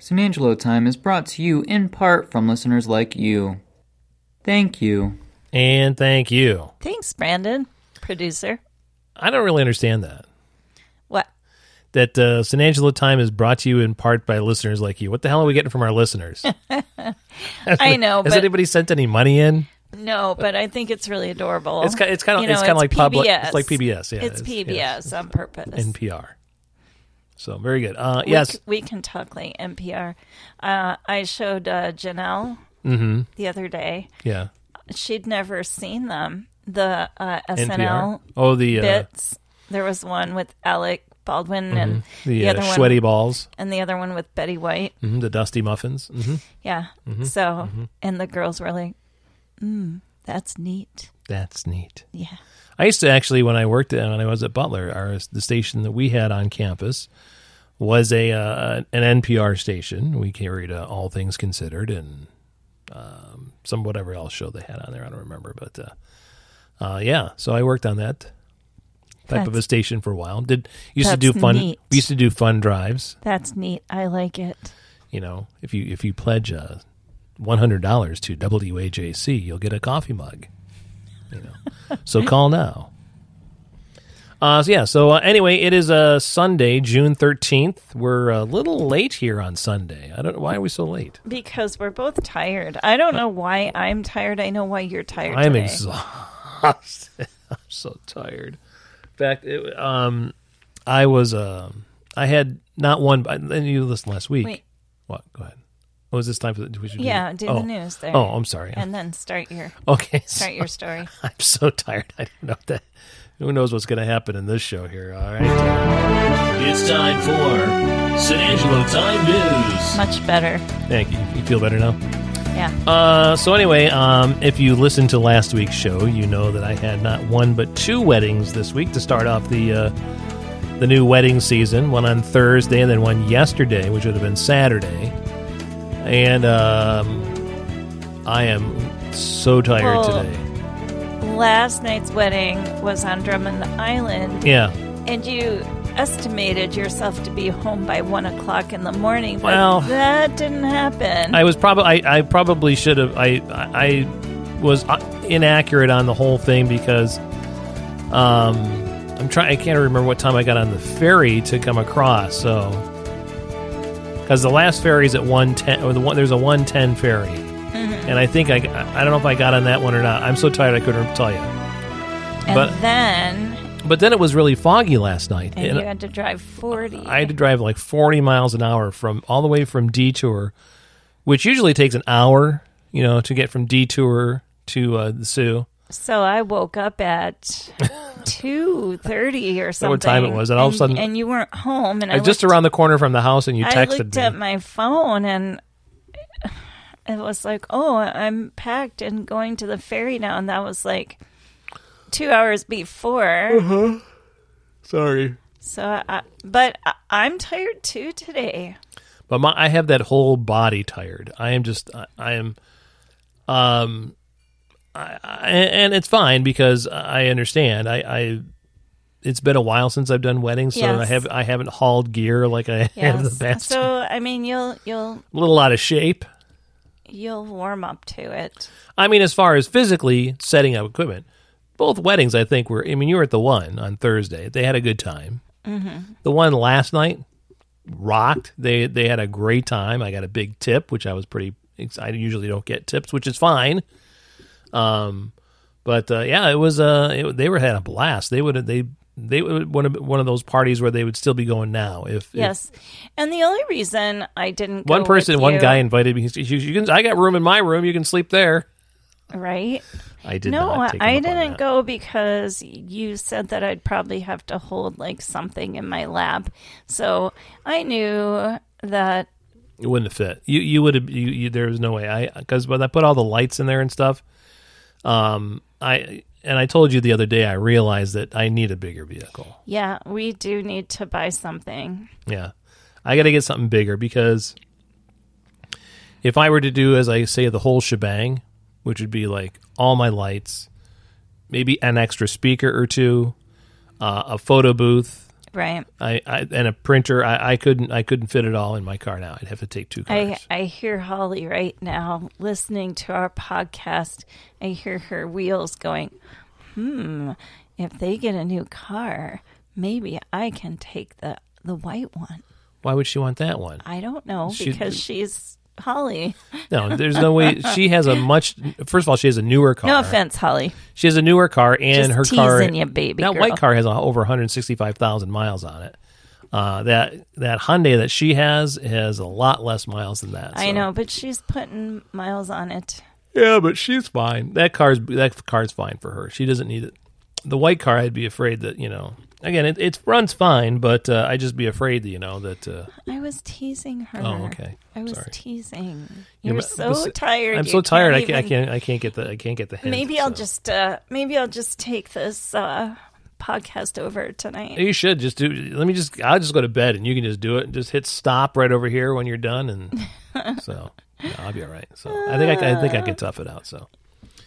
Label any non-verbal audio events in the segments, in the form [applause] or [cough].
Simangelo Time is brought to you in part from listeners like you. Thank you. And thank you. Thanks, Brandon, producer. I don't really understand that. What? That uh, San Angelo time is brought to you in part by listeners like you. What the hell are we getting from our [laughs] listeners? I know, Has but anybody sent any money in? no, but I think it's really adorable. It's ki- it's kinda- You know, it's kinda like public- PBS. it's like PBS, yeah, it's it's- PBS yes. on purpose. NPR. So very good. Uh, We yes. c- we can talk like NPR. Uh, I showed uh, Janelle Mm-hmm. the other day. Yeah. She'd never seen them. The uh, NPR. SNL Oh, the uh, bits. There was one with Alec Baldwin and the, the uh, other one, sweaty balls, and the other one with Betty White. hmm the dusty muffins. hmm Yeah. So, Mm-hmm. and the girls were like, mm, "That's neat." That's neat. Yeah. I used to actually when I worked at, when I was at Butler, our the station that we had on campus was a uh, an NPR station. We carried uh, All Things Considered and um, some whatever else show they had on there. I don't remember, but uh, uh, yeah. So I worked on that type of a That's- station for a while. Did used to do That's fun. neat. We used to do fun drives. That's neat. I like it. You know, if you if you pledge uh, one hundred dollars to WAJC, you'll get a coffee mug. You [laughs] know, so call now. Uh, so yeah. So uh, anyway, it is uh, Sunday, June thirteenth. We're a little late here on Sunday. I don't. Why are we so late? Because we're both tired. I don't know why I'm tired. I know why you're tired. I'm today. exhausted. [laughs] I'm so tired. In fact, it, um, I was. Um, I had not one. but- And you listened last week. Wait. What? Go ahead. Oh, is this time for the? we should Yeah, do oh. the news there. Oh, I'm sorry. and then start your okay. so- start your story. [laughs] I'm so tired. I don't know what that. Who knows what's going to happen in this show here? All right. It's time for San Angelo Time News. Much better. Thank you. You feel better now? Yeah. Uh, so anyway, um, if you listened to last week's show, you know that I had not one but two weddings this week to start off the uh, the new wedding season. One on Thursday, and then one yesterday, which would have been Saturday. And um, I am so tired Well- today. Last night's wedding was on Drummond Island, Yeah. and you estimated yourself to be home by one o'clock in the morning. But Well- that didn't happen. I was probably I, I probably should have I I I was uh, inaccurate on the whole thing because um I'm trying I can't remember what time I got on the ferry to come across so because the last ferry is at one ten or the one there's a one ten ferry and I think I I don't know if I got on that one or not I'm so tired I couldn't tell you and but- then but then it was really foggy last night and you had to drive forty. I had to drive like 40 miles an hour from all the way from Detour, which usually takes an hour, you know, to get from Detour to uh, the Sioux. So I woke [laughs] up at two thirty or something. what time it was, and all of a sudden- and you weren't home, and I Uh, just looked, around the corner from the house, and you I texted looked me. at my phone, and [sighs] it was like, oh, I'm packed and going to the ferry now, and that was like two hours Mm-hmm. before. Sorry. so, I, but I, I'm tired too today. But my, I have that whole body tired. I am just, I, I am, um, I, I, and it's fine because I understand. I, I, it's been a while since I've done weddings, so I Yes. have I haven't hauled gear like I [laughs] have the Yes. past. So I mean, you'll you'll a little out of shape. you'll warm up to it. I mean, as far as physically setting up equipment, both weddings, I think, were. I mean, you were at the one on Thursday. They had a good time. Mm-hmm. The one last night rocked. They they had a great time. I got a big tip, which I was pretty. ex- I usually don't get tips, which is fine. Um, but uh, yeah, it was. Uh, it, they were had a blast. They would. They they would one of one of those parties where they would still be going now. If if Yes, and the only reason I didn't go one person, with one you- guy invited me. He said, You, you can. I got room in my room. You can sleep there. right? I did no, not. take him I up on didn't that. go because you said that I'd probably have to hold like something in my lap. So I knew that It wouldn't have fit. You you would have you, you there was no way. I because when I put all the lights in there and stuff, um, I and I told you the other day I realized that I need a bigger vehicle. yeah, we do need to buy something. Yeah, I got to get something bigger because if I were to do as I say the whole shebang, which would be like all my lights, maybe an extra speaker or two, uh, a photo booth, Right. I, I and a printer. I, I couldn't I couldn't fit it all in my car now. I'd have to take two I, cars. I hear Holly right now listening to our podcast. I hear her wheels going, hmm, if they get a new car, maybe I can take the, the white one. Why would she want that one? I don't know She- because she's Holly. No, there's no way. She has a much. First of all, she has a newer car. No offense, Holly. She has a newer car, and Just her car, teasing you, baby that girl. white car has a- over 165,000 miles on it. Uh, that that Hyundai that she has has a lot less miles than that. I so- know, but she's putting miles on it. Yeah, but she's fine. That car's that car's fine for her. She doesn't need it. The white car, I'd be afraid that you know. Again, it, it runs fine, but uh, I'd just be afraid that you know that. Uh, I was teasing her. Oh, okay. I was Sorry. teasing. you You're know, so bes- tired. I'm you so tired. I can't, even- I can't. I can't get the. I can't get the hint. Maybe I'll so. just uh maybe I'll just take this uh podcast over tonight. You should just do. Let me just. I'll just go to bed, and you can just do it. And just hit stop right over here when you're done, [laughs] and so yeah, I'll be all right. So I think I, can- I think I can tough it out. So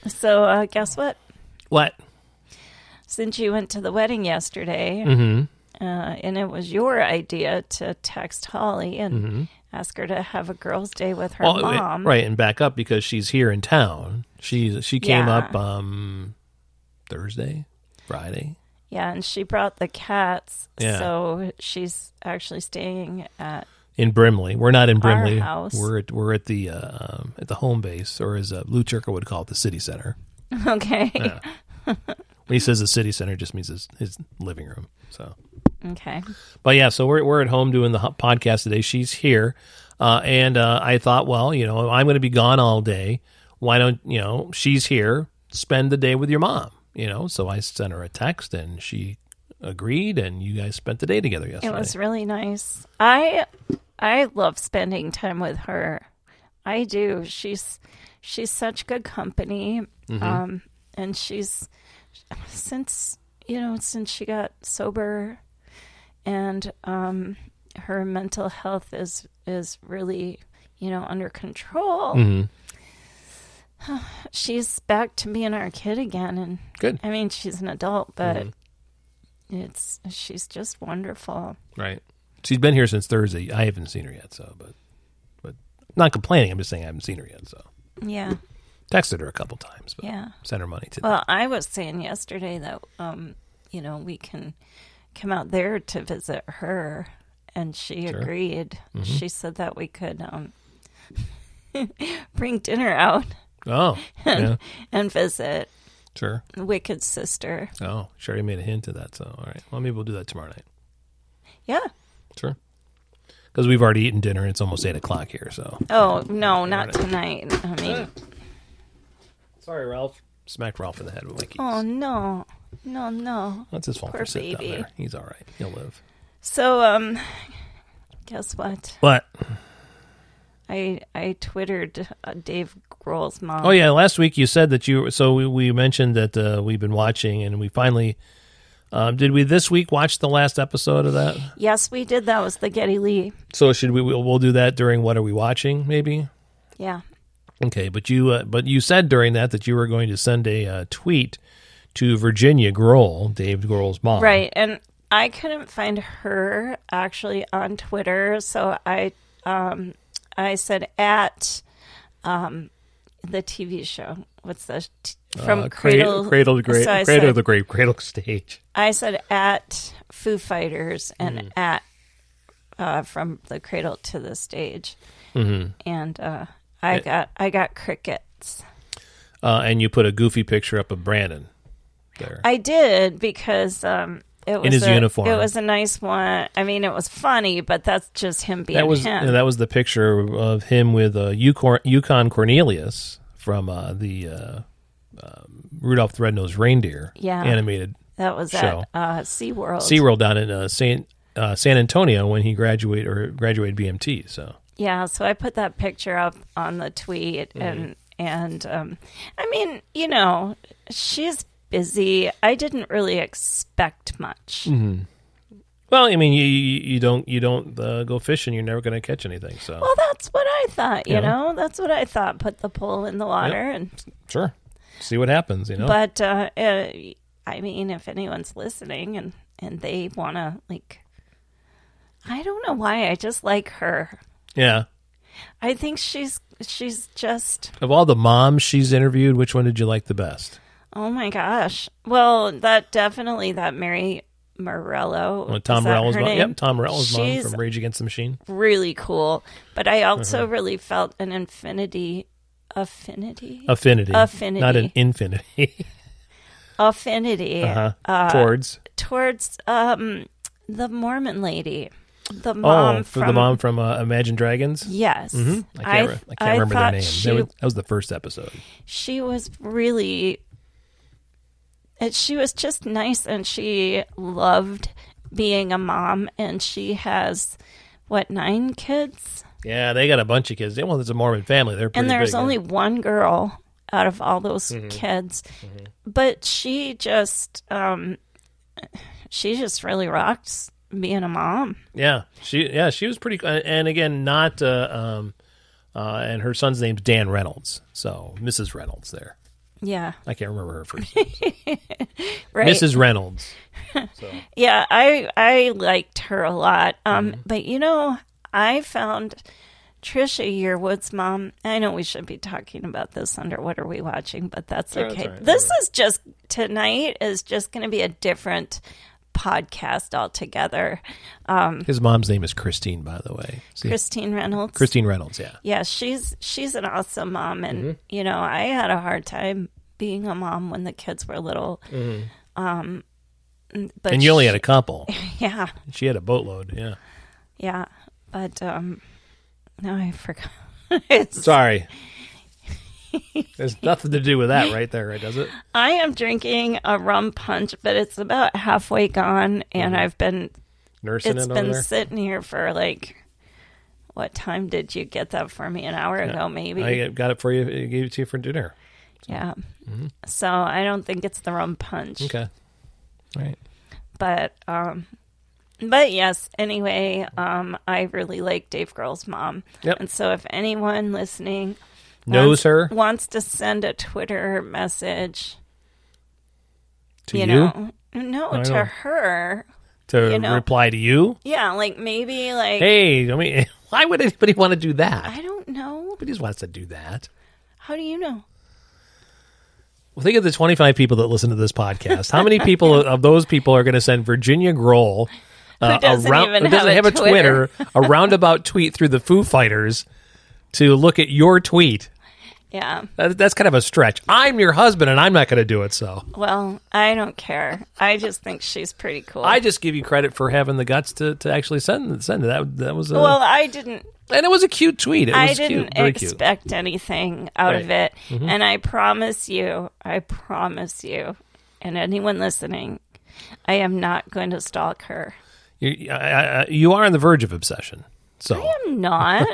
So uh guess what? what? Since you went to the wedding yesterday, Mm-hmm. uh, and it was your idea to text Holly and ask her to have a girls' day with her Mm-hmm. Well, mom, right, and back up because she's here in town. She she came Yeah. up um Thursday, Friday. Yeah, and she brought the cats, Yeah. so she's actually staying at in Brimley. We're not in Brimley. house. We're at we're at the uh, um, at the home base, or as uh, Lou Turco would call it, the city center. okay, When he says the city center, it just means his his living room. So, [laughs] okay. but yeah, so we're we're at home doing the ho- podcast today. She's here, uh, and uh, I thought, well, you know, I'm going to be gone all day. Why don't you know she's here? Spend the day with your mom. You know, so I sent her a text, and she agreed, and you guys spent the day together yesterday. It was really nice. I I love spending time with her. I do. She's she's such good company. Um and she's since you know, since she got sober and um her mental health is is really, you know, under control. [sighs] She's back to being our kid again and [laughs] good, I mean, she's an adult, but it's she's just wonderful. right? She's been here since Thursday. I haven't seen her yet, so but but not complaining. I'm just saying I haven't seen her yet. So Yeah, texted her a couple times, but yeah. sent her money today. Well, I was saying yesterday that um, you know, we can come out there to visit her, and she agreed. She said that we could um, [laughs] bring dinner out oh, [laughs] yeah, and visit sure. Wicked Sister. Oh, she already made a hint to that. So all right. Well, maybe we'll do that tomorrow night. Yeah. Sure. Because we've already eaten dinner. It's almost eight o'clock here. So Oh no, not tonight. I mean, sorry, Ralph. Smacked Ralph in the head with my keys. oh no, no, no. That's his fault poor for sitting down baby. there. He's all right. He'll live. So um, guess what? But I I twittered uh, Dave Grohl's mom. oh yeah, last week you said that you. So we, we mentioned that uh, we've been watching, and we finally. Um, did we this week watch the last episode of that? Yes, we did. That was the Getty Lee. So should we? We'll, we'll do that during what are we watching? Maybe. Yeah. Okay, but you uh, but you said during that that you were going to send a uh, tweet to Virginia Grohl, Dave Grohl's mom. Right. And I couldn't find her actually on Twitter, so I um I said at um the TV show. What's the t- from Uh, cra- Cradle cradle to grave, so I cradle to said, the grave, cradle [laughs] stage. I said at Foo Fighters and Mm-hmm. at uh, from the cradle to the stage, Mm-hmm. and uh, I got I got crickets. Uh, and you put a goofy picture up of Brandon there. I did because um, it was his a, uniform. It was a nice one. I mean, it was funny, but that's just him being that was uh, him. yeah, that was the picture of him with uh, Yukon, Yukon Cornelius from uh, the uh, um, Rudolph the Red-Nosed Reindeer Yeah. animated That was show. at uh, SeaWorld. SeaWorld down in uh, San uh, San Antonio when he graduated or graduated BMT. So Yeah, so I put that picture up on the tweet, Mm-hmm. and and um, I mean, you know, she's busy. I didn't really expect much. Mm-hmm. Well, I mean, you you you don't you don't uh, go fishing, you're never going to catch anything. So Well, that's what I thought. You Yeah. know, that's what I thought. Put the pole in the water, and sure, see what happens. You know, but uh, uh, I mean, if anyone's listening and and they want to like I don't know why I just like her. Yeah. I think she's she's just Of all the moms she's interviewed, which one did you like the best? oh my gosh. Well, that definitely that Mary Morello. Well, Tom is that Morello's her mom. name? Yep, Tom Morello's mom She's from Rage Against the Machine. really cool, but I also Uh-huh. really felt an infinity affinity Affinity. Affinity. Not an infinity. [laughs] affinity uh-huh. Uh, Towards. towards um the Mormon lady, the mom oh, for from the mom from uh, Imagine Dragons. Yes, Mm-hmm. I can't, re- I can't remember their thought name. She, That, was, that was the first episode. she was really, and she was just nice, and she loved being a mom, and she has what nine kids, Yeah, they got a bunch of kids. They well, it's a Mormon family. They're pretty and there's big, only yeah. Mm-hmm. one girl out of all those kids, but she just, um, she just really rocks being a mom. yeah. She yeah she was pretty. uh, And again, not uh, um, uh, and her son's name's Dan Reynolds. So Mrs. Reynolds there. Yeah, I can't remember her first name. [laughs] right. Mrs. Reynolds. Yeah, I I liked her a lot. Um, Mm-hmm. but you know, I found Trisha Yearwood's mom. I know we should be talking about this under what are we watching, but that's that's okay. all right. This is just tonight is just going to be a different podcast altogether. His mom's name is Christine, by the way. See? Christine Reynolds. Christine Reynolds. Yeah. yeah, she's she's an awesome mom, and Mm-hmm. you know, I had a hard time being a mom when the kids were little. Um, but Mm-hmm. And you only she- had a couple. [laughs] yeah. She had a boatload. Yeah. Yeah, but um, no, I forgot. [laughs] It's- Sorry. There's nothing to do with that right there, right? Does it? I am drinking a rum punch, but it's about halfway gone, and I've been Nursing it's it Mm-hmm. over been there. sitting here for like. What time did you get that for me? An hour ago, maybe. I got it for you. I gave it to you for dinner. yeah. So I don't think it's the rum punch, Mm-hmm. Okay. All right. but um, but yes. Anyway, um, I really like Dave Grohl's mom, Yep. and so if anyone listening Knows wants- her wants to send a Twitter message, to you, you, know no I to know. her to you know. reply to you. yeah like maybe like Hey, I mean, [laughs] why would anybody want to do that? i don't know Nobody just wants to do that. how do you know Well, think of the 25 people that listen to this podcast. How many people [laughs] of those people are going to send Virginia Grohl uh, doesn't round- even who doesn't have have, a a Twitter, a [laughs] roundabout tweet through the Foo Fighters to look at your tweet? yeah That, that's kind of a stretch. I'm your husband, and I'm not going to do it. So well i don't care i just think she's pretty cool I just give you credit for having the guts to, to actually send send it. That that was a, well i didn't and it was a cute tweet. It was i didn't cute, very cute. expect anything out of Right. Mm-hmm. it and i promise you i promise you and anyone listening i am not going to stalk her You, I, I, you are on the verge of obsession. So [laughs] i'm not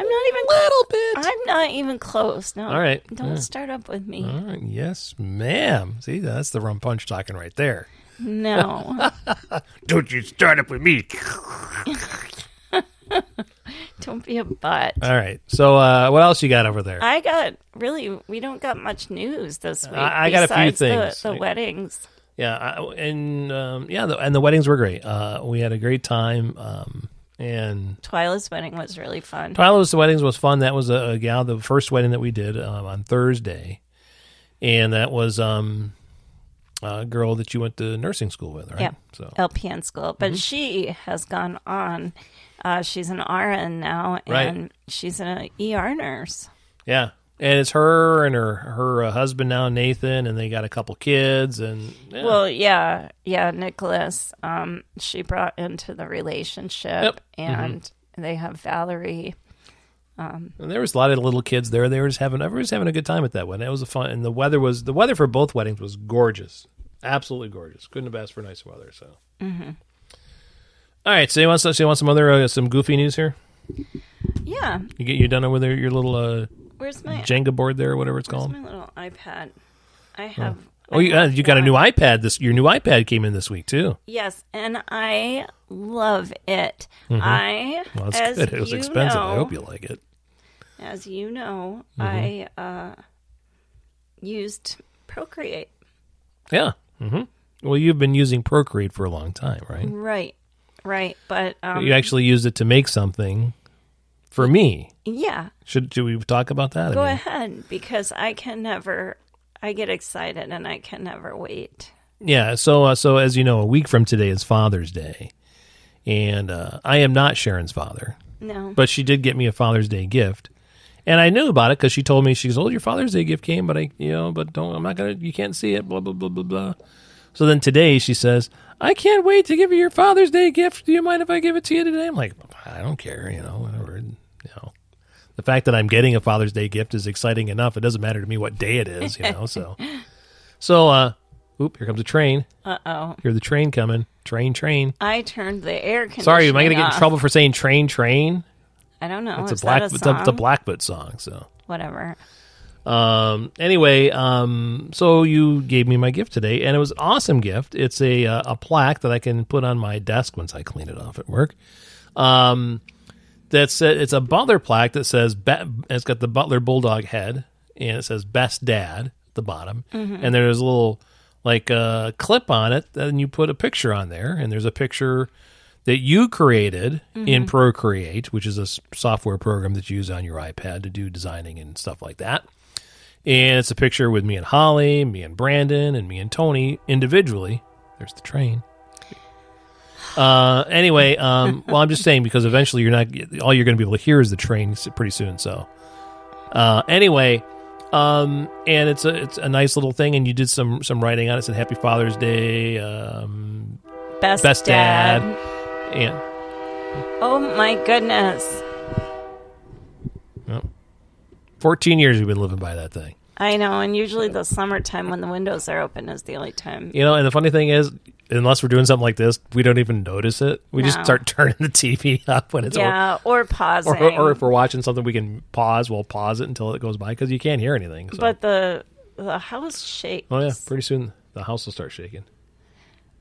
i'm not even little bit. i'm not even close no All right. don't start up with me All right. Yes, ma'am. See, that's the rum punch talking right there. no Don't you start up with me. [laughs] Don't be a butt. All right. So, uh, what else you got over there? I got really. We don't got much news this week. Uh, I- I got a few besides the- things. The, weddings. yeah, I, and um, yeah, the, and the weddings were great. Uh, we had a great time. Um, and Twyla's wedding was really fun. Tyler's weddings was fun. That was a, a gal, the first wedding that we did um, on Thursday, and that was um, a girl that you went to nursing school with, right? Yeah, So Mm-hmm. LPN school, but she has gone on. Uh, she's an RN now, Right. and she's an ER nurse. yeah, and it's her and her her uh, husband now, Nathan, and they got a couple kids, and yeah. Well, yeah, yeah, Nicholas. Um, she brought into the relationship, Yep. Mm-hmm. and they have Valerie. And there was a lot of little kids there. They were just having everyone was having a good time at that one. It was a fun and the weather was the weather for both weddings was gorgeous. Absolutely gorgeous. Couldn't have asked for nicer weather, so. Mm-hmm. right, so you want some, so you want some other uh, some goofy news here? Yeah, You get you done over there your little uh, where's my Jenga board there, whatever it's where's called. my little iPad? I have. Oh, I you uh, have you got a one. new iPad this your new iPad came in this week too. Yes, and I love it. I Mm-hmm. Well, that's as good. It was you expensive. know, I hope you like it. Mm-hmm. as you know, I uh, used Procreate. Yeah. hmm Well, you've been using Procreate for a long time, right? Right. Right. But um, You actually used it to make something for me. yeah, Should should we talk about that? I go mean, ahead because I can never, I get excited and I can never wait. Yeah. So uh, so as you know, a week from today is Father's Day, and uh, I am not Sharon's father, No. but she did get me a Father's Day gift, and I knew about it because she told me she goes, "Oh, your Father's Day gift came, but I you know, but don't I'm not gonna you can't see it." Blah blah blah blah blah. So then today she says, "I can't wait to give you your Father's Day gift. Do you mind if I give it to you today?" I'm like, "I don't care," you know, whatever. You know, the fact that I'm getting a Father's Day gift is exciting enough. It doesn't matter to me what day it is, you know. So, so uh, oop, here comes a train. Uh oh. Hear the train coming. Train, train. I turned the air conditioner. Sorry, am I going to get off. in trouble for saying train, train? I don't know. It's a Is black, that a it's, a, song? it's a Blackfoot song. So, Whatever. um, anyway, um, so you gave me my gift today, and it was an awesome gift. It's a uh, a plaque that I can put on my desk once I clean it off at work. Um, that's it's a Butler plaque that says be- it's got the Butler Bulldog head, and it says Best Dad at the bottom, and there's a little like uh, clip on it, and you put a picture on there, and there's a picture that you created in Procreate, which is a s- software program that you use on your iPad to do designing and stuff like that. And it's a picture with me and Holly, me and Brandon, and me and Tony individually. There's the train. Uh, anyway, um, well, I'm just saying because eventually you're not all you're going to be able to hear is the train s- pretty soon. So, uh, anyway, um, and it's a it's a nice little thing, and you did some some writing on it. It said Happy Father's Day, um, Best, best dad. and Oh my goodness. fourteen years we've been living by that thing. I know. And usually the summertime when the windows are open is the only time. You know, and the funny thing is, unless we're doing something like this, we don't even notice it. We just No. start [laughs] turning the TV up when it's Yeah. Or pausing. or, or, or if we're watching something, we can pause. We'll pause it until it goes by because you can't hear anything. So. but the the house shakes. oh yeah, pretty soon the house will start shaking.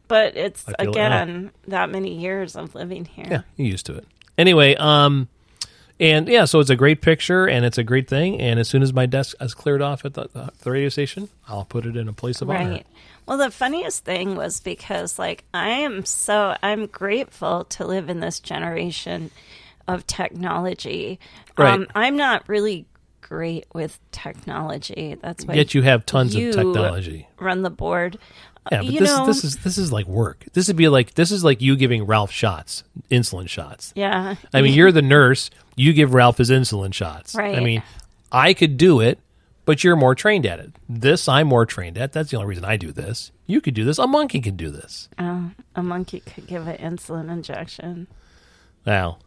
But it's I feel it now. again that many years of living here. Yeah, you're used to it. Anyway, um, and yeah, so it's a great picture and it's a great thing. And as soon as my desk is cleared off at the, the, the radio station, I'll put it in a place of honor. Right. Well, the funniest thing was because, like, I am so I'm grateful to live in this generation of technology. Um, Right. I'm not really great with technology. That's why Yet you have tons you of technology. run the board. Yeah, but you this know, this is this is like work. This would be like this is like you giving Ralph shots, insulin shots. yeah, I mean, you're the nurse. You give Ralph his insulin shots. I Right. mean, I could do it, but you're more trained at it. This I'm more trained at. That's the only reason I do this. You could do this. A monkey can do this. Oh, a monkey could give an insulin injection. Now,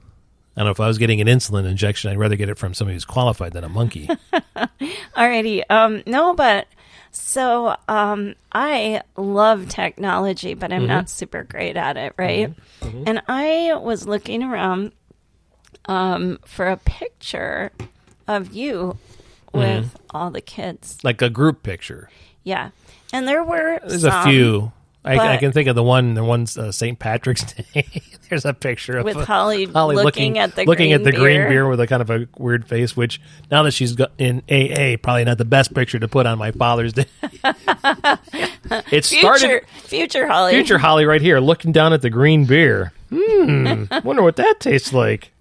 I don't know if I was getting an insulin injection, I'd rather get it from somebody who's qualified than a [laughs] monkey. Alrighty. Um, no, but so um, I love technology, but I'm Mm-hmm. not super great at it, right? And I was looking around um, for a picture of you with Mm-hmm. all the kids. like a group picture. Yeah, and there were There's a some few. I, I but- can think of the one. The one's uh, St. Patrick's Day. [laughs] There's a picture of with a- Holly, Holly looking, at the looking green at the beer. green beer with a kind of a weird face, which now that she's got in AA, probably not the best picture to put on my Father's [laughs] Day. it Future, started future Holly. future Holly right here looking down at the green beer. [laughs] Hmm, wonder what that tastes like.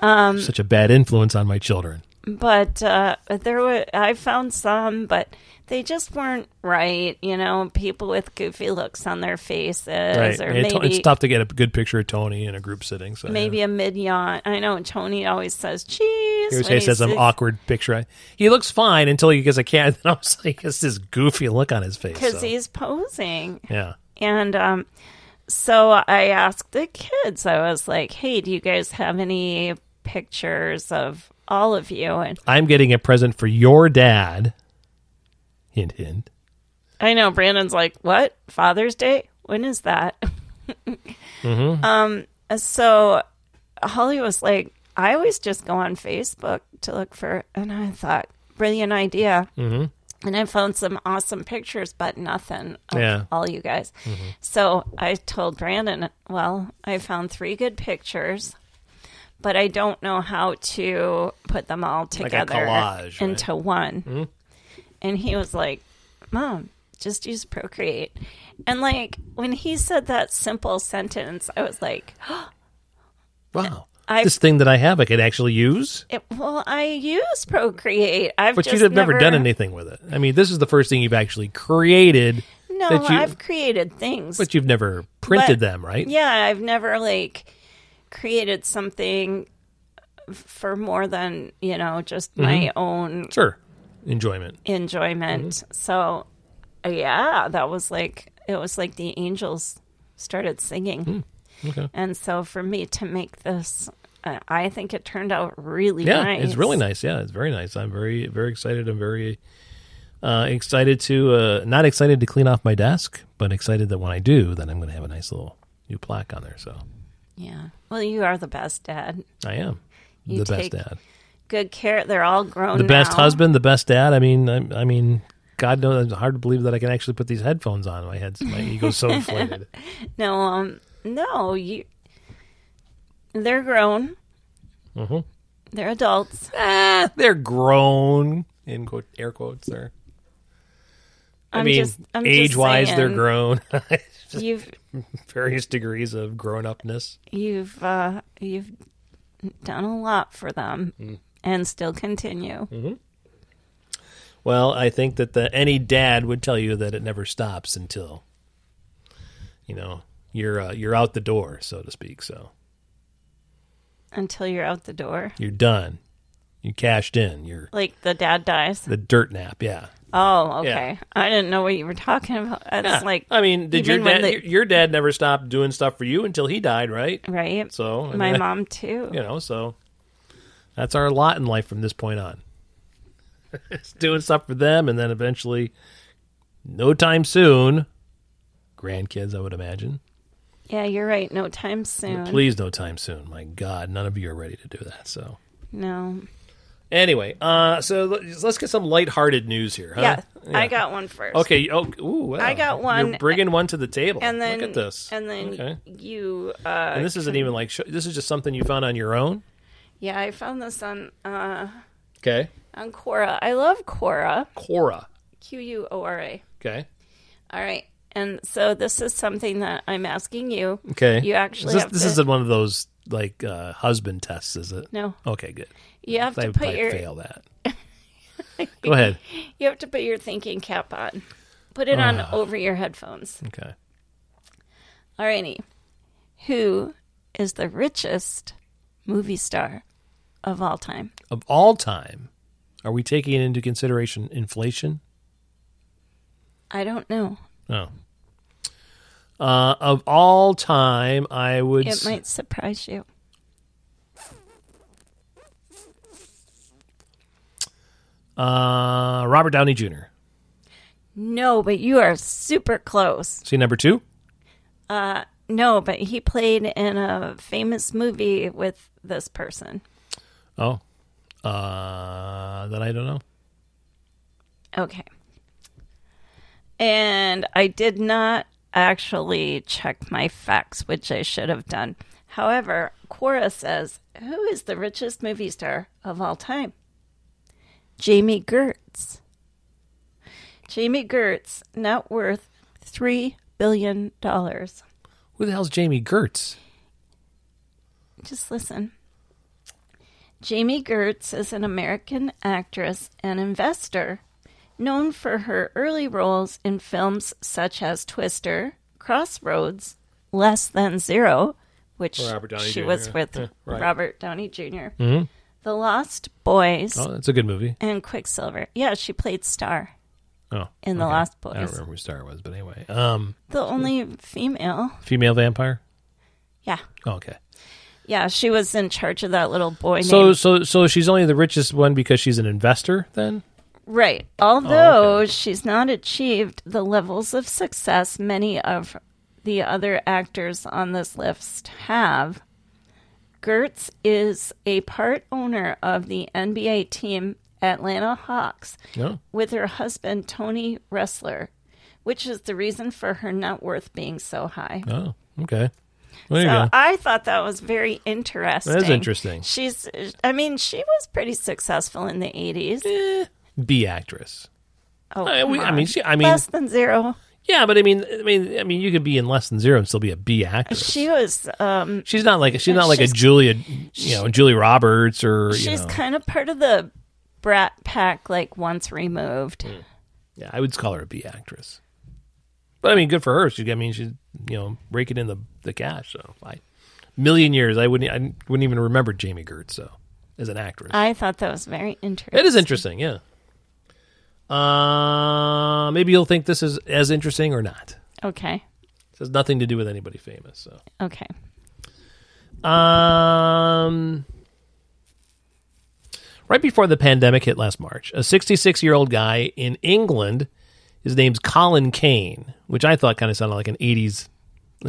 Um, Such a bad influence on my children. but uh, there were I found some, but they just weren't right. You know, people with goofy looks on their faces, or And it- maybe it's tough to get a good picture of Tony in a group sitting. So maybe a mid yawn. I know Tony always says cheese. Here's when he says some sits- awkward picture. He looks fine until he gets a cat. [laughs] Then all of a sudden he gets this goofy look on his face. so, because he's posing. yeah. And um, so I asked the kids. I was like, "Hey, do you guys have any pictures of all of you?" And I'm getting a present for your dad. Hint, hint. I know Brandon's like, "What? Father's Day? When is that?" [laughs] Um so Holly was like, "I always just go on Facebook to look for." And I thought, "Brilliant idea." Mm-hmm. And I found some awesome pictures, but nothing of Yeah. all you guys. So I told Brandon, "Well, I found three good pictures." But I don't know how to put them all a Mm-hmm. together collage, right? into one. And he was like, Mom, just use Procreate. And like when he said that simple sentence, I was like, Wow. I- this thing that I have, I could actually use, it, "Well, I use Procreate. I've but just you'd have never, done anything with it. I mean, this is the first thing you've actually created, No, that you- I've created things, but you've never printed But- them, right? yeah, I've never like created something f- for more than you know just Mm-hmm. my own Sure. Enjoyment. enjoyment. Mm-hmm. So, uh, yeah, that was like it was like the angels started singing, Hmm. Okay. and so for me to make this, uh, I think it turned out really Yeah, nice. it's really nice. Yeah, it's very nice. I'm very, very excited. I'm very uh, excited to uh, not excited to clean off my desk, but excited that when I do, then I'm going to have a nice little new plaque on there. So Yeah. Well, you are the best dad. I am You the best take dad, Good care. They're all grown. the best now. husband, the best dad. I mean, I, I mean, God knows, it's hard to believe that I can actually put these headphones on. My head's my ego's [laughs] so inflated. No, um, no, you. They're grown. Mhm. They're adults. Ah, they're grown in quote air quotes there. I I'm mean, just- I'm just age-wise, they're saying. grown. [laughs] You've Various degrees of grown-upness. you've uh, you've done a lot for them, Mm. and still continue. Mm-hmm. Well, I think that the, any dad would tell you that it never stops until, you know, you're uh, you're out the door, so to speak. So until you're out the door. you're done, you cashed in, you're Like the dad dies. the dirt nap. Yeah, Oh, okay. I didn't know what you were talking about. It's yeah. like I mean, did your even when dad the- your, your dad never stopped doing stuff for you until he died, right? right? So I My mean, mom too. you know, so that's our lot in life from this point on. [laughs] it's doing stuff for them, and then eventually, no time soon, grandkids, I would imagine. Yeah, you're right. No time soon. Mm, Please, no time soon. My God, none of you are ready to do that. So, No. anyway, uh, so let's let's get some lighthearted news here, huh? Yeah, I got one first. Okay. Oh, ooh, wow. I got one. You're bringing one to the table. And then look at this. And then okay. you. Uh, And this isn't even like sh- this is just something you found on your own. yeah, I found this on uh, Okay. on Quora. I love Quora. Cora. Q U O R A. Okay. All right. And so this is something that I'm asking you. Okay. You actually Is this, have this to- isn't one of those like uh, husband tests, is it? No, Okay. Good. you have I to would put probably your fail [laughs] that. Go ahead. You have to put your thinking cap on. Put it on over your headphones. Okay. Alrighty. Who is the richest movie star of all time? Of all time, are we taking into consideration inflation? I don't know. Oh. Uh, of all time, I would. It s- might surprise you. Uh, Robert Downey Jr. No, but you are super close. Uh, See number two. No, but he played in a famous movie with this person. Oh. Uh, that I don't know. Okay. And I did not actually check my facts, which I should have done. However, Quora says, Who is the richest movie star of all time? Jamie Gertz. Jamie Gertz, net worth $3 billion. Who the hell's Jamie Gertz? Just listen. Jamie Gertz is an American actress and investor, known for her early roles in films such as Twister, Crossroads, Less Than Zero, which Robert Downey she Jr., was yeah. with Yeah, right. Mm-hmm. Robert Downey junior The Lost Boys, Oh, that's a good movie. and Quicksilver. Yeah, she played Star Oh, in The okay. Lost I don't Boys. remember who Star was, but anyway, um, The only female. female vampire. Yeah. Oh, okay. Yeah, she was in charge of that little boy named So, so, so she's only the richest one because she's an investor. Then, Right. Oh, Although she's not achieved the levels of success many of the other actors on this list have, Gertz is a part owner of the NBA team Atlanta Hawks no. with her husband Tony Wrestler, which is the reason for her net worth being so high. Oh, okay. Well, there you So go. I thought that was very interesting. interesting. She's, I mean, she was pretty successful in the 80s. B actress. Oh, I, we, come I mean, on. she, I mean, less than zero. yeah, but I mean, I mean, I mean, you could be in less than zero and still be a B actress. She was. Um, she's not like she's not like she's- a Julia, you know, Julie Roberts or you she's know, kind of part of the brat pack, like once removed. Mm-hmm. yeah, I would call her a B actress. But I mean, good for her. She, I mean, she's you know raking in the the cash. So I million years, I wouldn't, I wouldn't even remember Jamie Gertz. So as an actress, I thought that was very interesting. It is interesting, yeah. Uh, maybe you'll think this is as interesting or not. Okay. This has nothing to do with anybody famous. So, Okay. um, right before the pandemic hit last March, a 66 year old guy in England, his name's Colin Kane, which I thought kind of sounded like an 80s.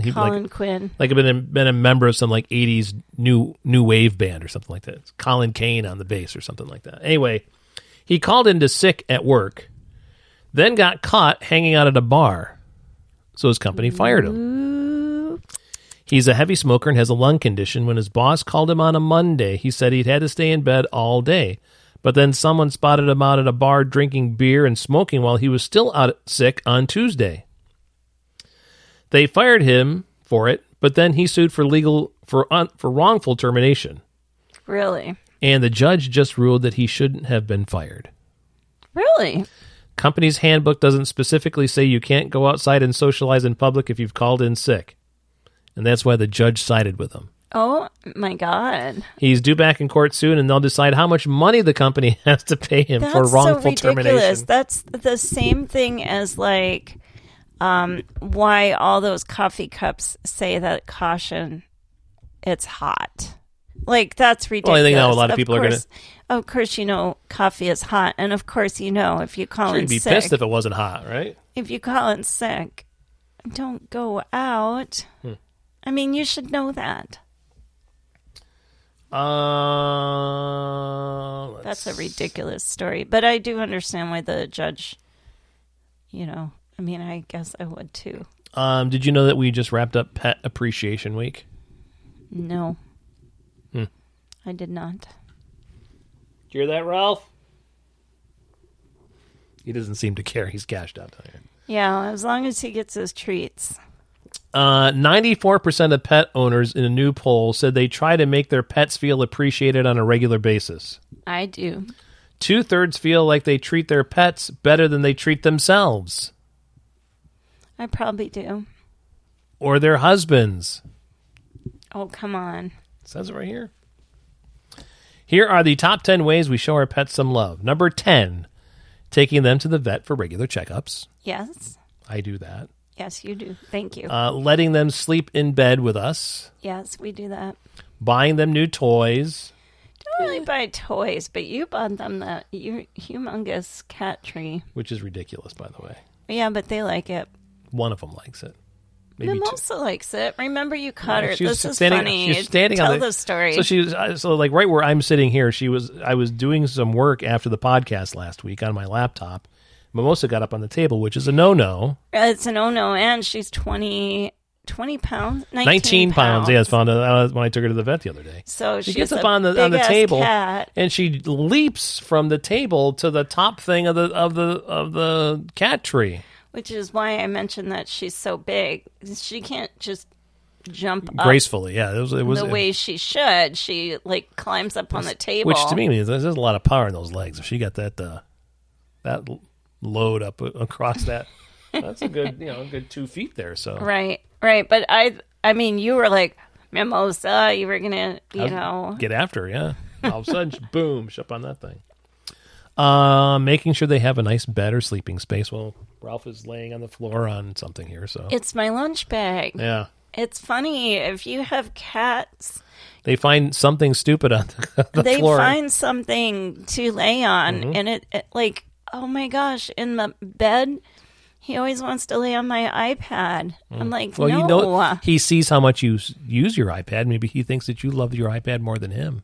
he- Colin Like, Quinn. like had been a, been a member of some like 80s new new wave band or something like that. It's Colin Kane on the bass or something like that. Anyway, he called into sick at work, then got caught hanging out at a bar. So his company fired him. He's a heavy smoker and has a lung condition. When his boss called him on a Monday, he said he'd had to stay in bed all day. But then someone spotted him out at a bar drinking beer and smoking while he was still out sick on Tuesday. They fired him for it, but then he sued for legal for un, for wrongful termination, Really? and the judge just ruled that he shouldn't have been fired. Really? Company's handbook doesn't specifically say you can't go outside and socialize in public if you've called in sick. And that's why the judge sided with him. Oh my God. He's due back in court soon and they'll decide how much money the company [laughs] has to pay him That's for so wrongful ridiculous. termination. That's the same thing as like um, why all those coffee cups say that caution, it's hot. Like that's Well, ridiculous. I think now a lot of people are gonna- course, are going to. Of course, you know coffee is hot, and of course you know if you call in You'd be sick, pissed if it wasn't hot, right? if you call in sick, don't go out. Hmm. I mean, you should know that. Uh, let's That's a ridiculous story, but I do understand why the judge. You know, I mean, I guess I would too. Um, did you know that we just wrapped up Pet Appreciation Week? No. Hmm. I did not. Did you hear that, Ralph? He doesn't seem to care. He's cashed out. down here. Yeah, as long as he gets his treats. Uh, 94% of pet owners in a new poll said they try to make their pets feel appreciated on a regular basis. I do. Two thirds feel like they treat their pets better than they treat themselves I probably do. or their husbands. Oh, come on. It says it right here. Here are the top 10 ways we show our pets some love. Number 10, taking them to the vet for regular checkups. Yes. I do that. Yes, you do. Thank you. Uh, letting them sleep in bed with us, yes, we do that. buying them new toys. Don't really buy toys, but you bought them that you humongous cat tree. which is ridiculous, by the way. Yeah, but they like it. One of them likes it. Maybe two. Mimosa likes it. Remember you caught her. She was This is standing- funny. She was standing Tell on the, story. So she was I- so like right where I'm sitting here. She was. I was doing some work after the podcast last week on my laptop. Mimosa got up on the table, which is a no-no. it's an oh no, and she's 20, 20 pounds? 19, 19 pounds. pounds. Yes, found out uh, when I took her to the vet the other day. So She she's gets up a on the on the big-ass table Cat. and she leaps from the table to the top thing of the of the of the cat tree. Which is why I mentioned that she's so big. She can't just jump Gracefully, yeah. It was it up was Uh, the way she should. She like climbs up on the table. Which to me means there's there's a lot of power in those legs. If she got that uh, that l- load up a- [laughs] across that, that's a good you know a good two feet there. So right, right. But I, I mean, you were like mimosa. You were gonna, you I'd know, get after her, yeah. All of a [laughs] sudden, she- boom, she's up on that thing. Uh, making sure they have a nice bed or sleeping space. Well, Ralph is laying on the floor on something here, so it's my lunch bag. yeah. It's funny if you have cats, They find something stupid on [laughs] the, the they floor. Mm-hmm. find something to lay on, and it, it like, oh my gosh, in the bed. He always wants to lay on my iPad. I'm like, Mm. well, no. you know, he sees how much you s- use your iPad. Maybe he thinks that you love your iPad more than him.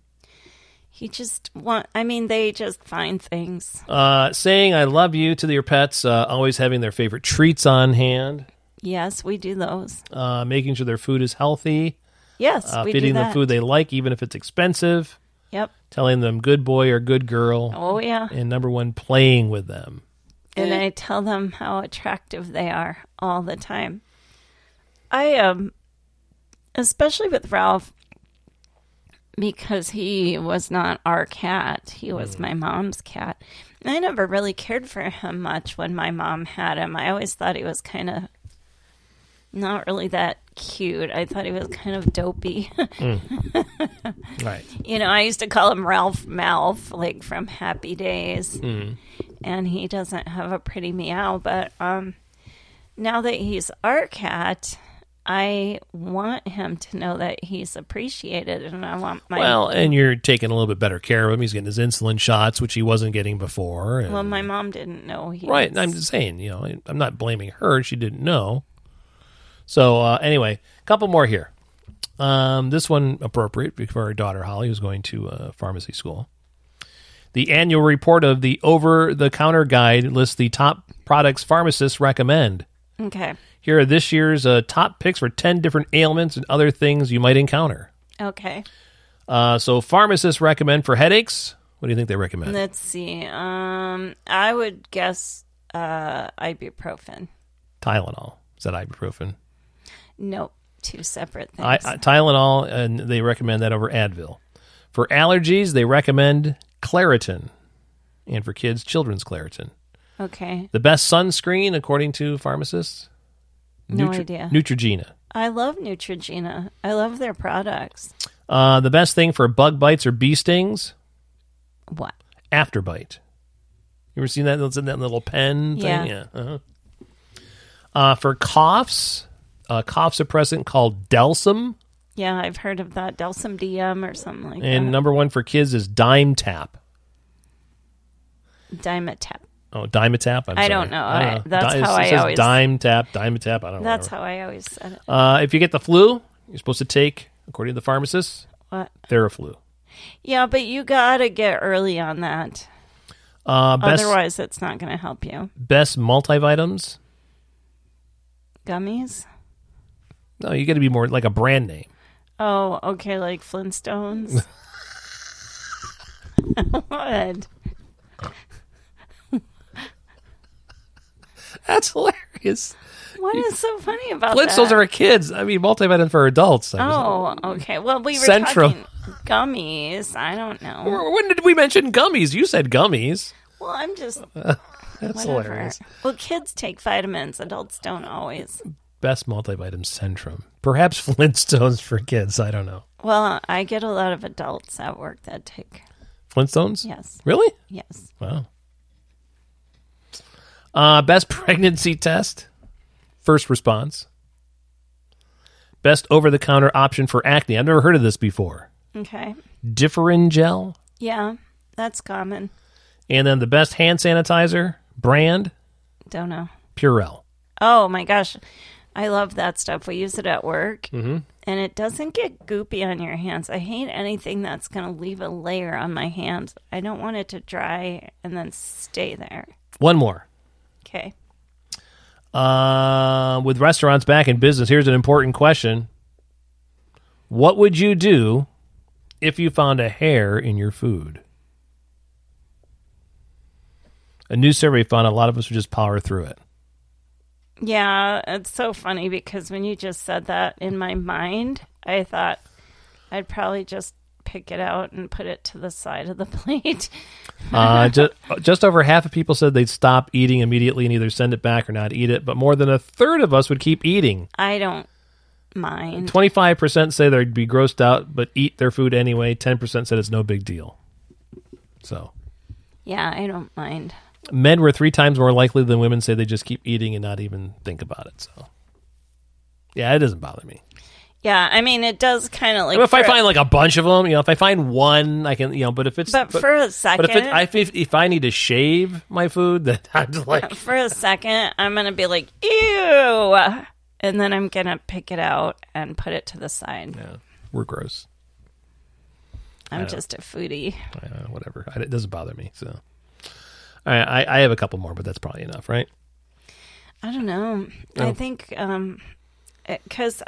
He just want. I mean, they just find things. Uh, saying I love you to your pets, uh, always having their favorite treats on hand, Yes, we do those. uh, making sure their food is healthy, Yes, uh, we feeding do them that. food they like, even if it's expensive, Yep. telling them good boy or good girl, Oh yeah. and number one, playing with them. and I tell them how attractive they are all the time. I um especially with Ralph because he was not our cat. He was my mom's cat. And I never really cared for him much when my mom had him. I always thought he was kind of not really that cute. I thought he was kind of dopey. [laughs] Right. you know, I used to call him Ralph Malf, like from Happy Days, Hmm. and he doesn't have a pretty meow. But um, now that he's our cat, I want him to know that he's appreciated, and I want my well, Well, and you're taking a little bit better care of him. He's getting his insulin shots, which he wasn't getting before. and- my mom didn't know he right. was- I'm just saying, you know, I- I'm not blaming her. She didn't know. So uh, anyway, a couple more here. Um, this one appropriate for our daughter Holly, who's going to uh, pharmacy school. The annual report of the over-the-counter guide lists the top products pharmacists recommend. okay. Here are this year's uh, top picks for 10 different ailments and other things you might encounter. Okay, Uh, so, pharmacists recommend for headaches. What do you think they recommend? let's see. Um, I would guess uh, ibuprofen. Tylenol. Is that ibuprofen? Nope, two separate things. I, I, Tylenol, and they recommend that over Advil. For allergies, they recommend Claritin. And for kids, children's Claritin. okay, The best sunscreen, according to pharmacists? no Neutro- idea. Neutrogena. I love Neutrogena. I love their products. Uh, the best thing for bug bites or bee stings? What? Afterbite. You ever seen that? That's in that little pen thing? Yeah. uh-huh. Uh, for coughs, a cough suppressant called Delsum. Yeah, I've heard of that. Delsum DM or something like And number one for kids is Dime Tap. that. Dimetap. Oh, Dimetap. I'm I sorry. don't know. I- that's Di- how it I says always- Dime Tap, Dimetap. I don't know. That's whatever. how I always said it. uh, if you get the flu, you're supposed to take, according to the pharmacist, What? Theraflu. Yeah, but you gotta get early on that. Uh, best Otherwise, it's not gonna help you. best multivitamins. Gummies. No, you got to be more like a brand name. [laughs] Oh, okay, like Flintstones. what? That's hilarious. What is so funny about Flintstones that? are kids. I mean, multivitamin for adults. I was- Oh, okay. Well, we were Central. talking gummies. I don't know. When did we mention gummies? You said gummies. Well, I'm just [laughs] That's Whatever. hilarious. Well, kids take vitamins. Adults don't always. Best multivitamin Centrum. Perhaps [laughs] Flintstones for kids. I don't know. Well, I get a lot of adults at work that take. Flintstones? Yes, Really? yes. Wow. Uh, best [laughs] pregnancy test, first response. Best over the counter option for acne. I've never heard of this before. Okay. Differin gel. Yeah, that's common. And then the best hand sanitizer brand, Don't know. Purell. Oh my gosh, I love that stuff. We use it at work, and it doesn't get goopy on your hands. I hate anything that's going to leave a layer on my hands. I don't want it to dry and then stay there. One more. Okay. Uh, with restaurants back in business, here's an important question. What would you do if you found a hair in your food? A new survey found a lot of us would just power through it. Yeah, it's so funny because when you just said that in my mind, I thought I'd probably just pick it out and put it to the side of the [laughs] plate. Uh, just, just over half of people said they'd stop eating immediately and either send it back or not eat it, but more than a third of us would keep eating. I don't mind. 25% say they'd be grossed out but eat their food anyway. 10% said it's no big deal. So, Yeah, I don't mind. men were three times more likely than women say they just keep eating and not even think about it. So, yeah, it doesn't bother me. Yeah, I mean it does kind of like I mean, if I for- find like a bunch of them, you know, if I find one, I can, you know, but if it's, but, for a second, but if, it, I, if if I need to shave my food, [laughs] then I'm just like, for a second, I'm gonna be like ew, and then I'm gonna pick it out and put it to the side. yeah, we're gross. I'm just a foodie. uh, whatever. I, it doesn't bother me. So, all right, I, I have a couple more, but that's probably enough, right? I don't know. I think um, because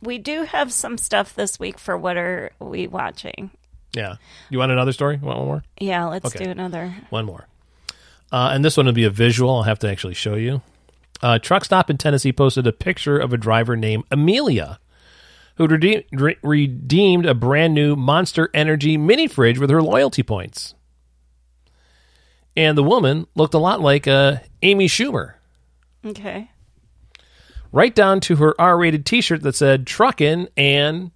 we do have some stuff this week for what are we watching? Yeah. You want another story? Want one more? Yeah, let's Okay. do another. One more. Uh, and this one will be a visual. I'll have to actually show you. Uh, truck stop in Tennessee posted a picture of a driver named Amelia who redeem, re- redeemed a brand new Monster Energy mini fridge with her loyalty points. And the woman looked a lot like uh, Amy Schumer, Okay. right down to her R rated t shirt that said truckin' and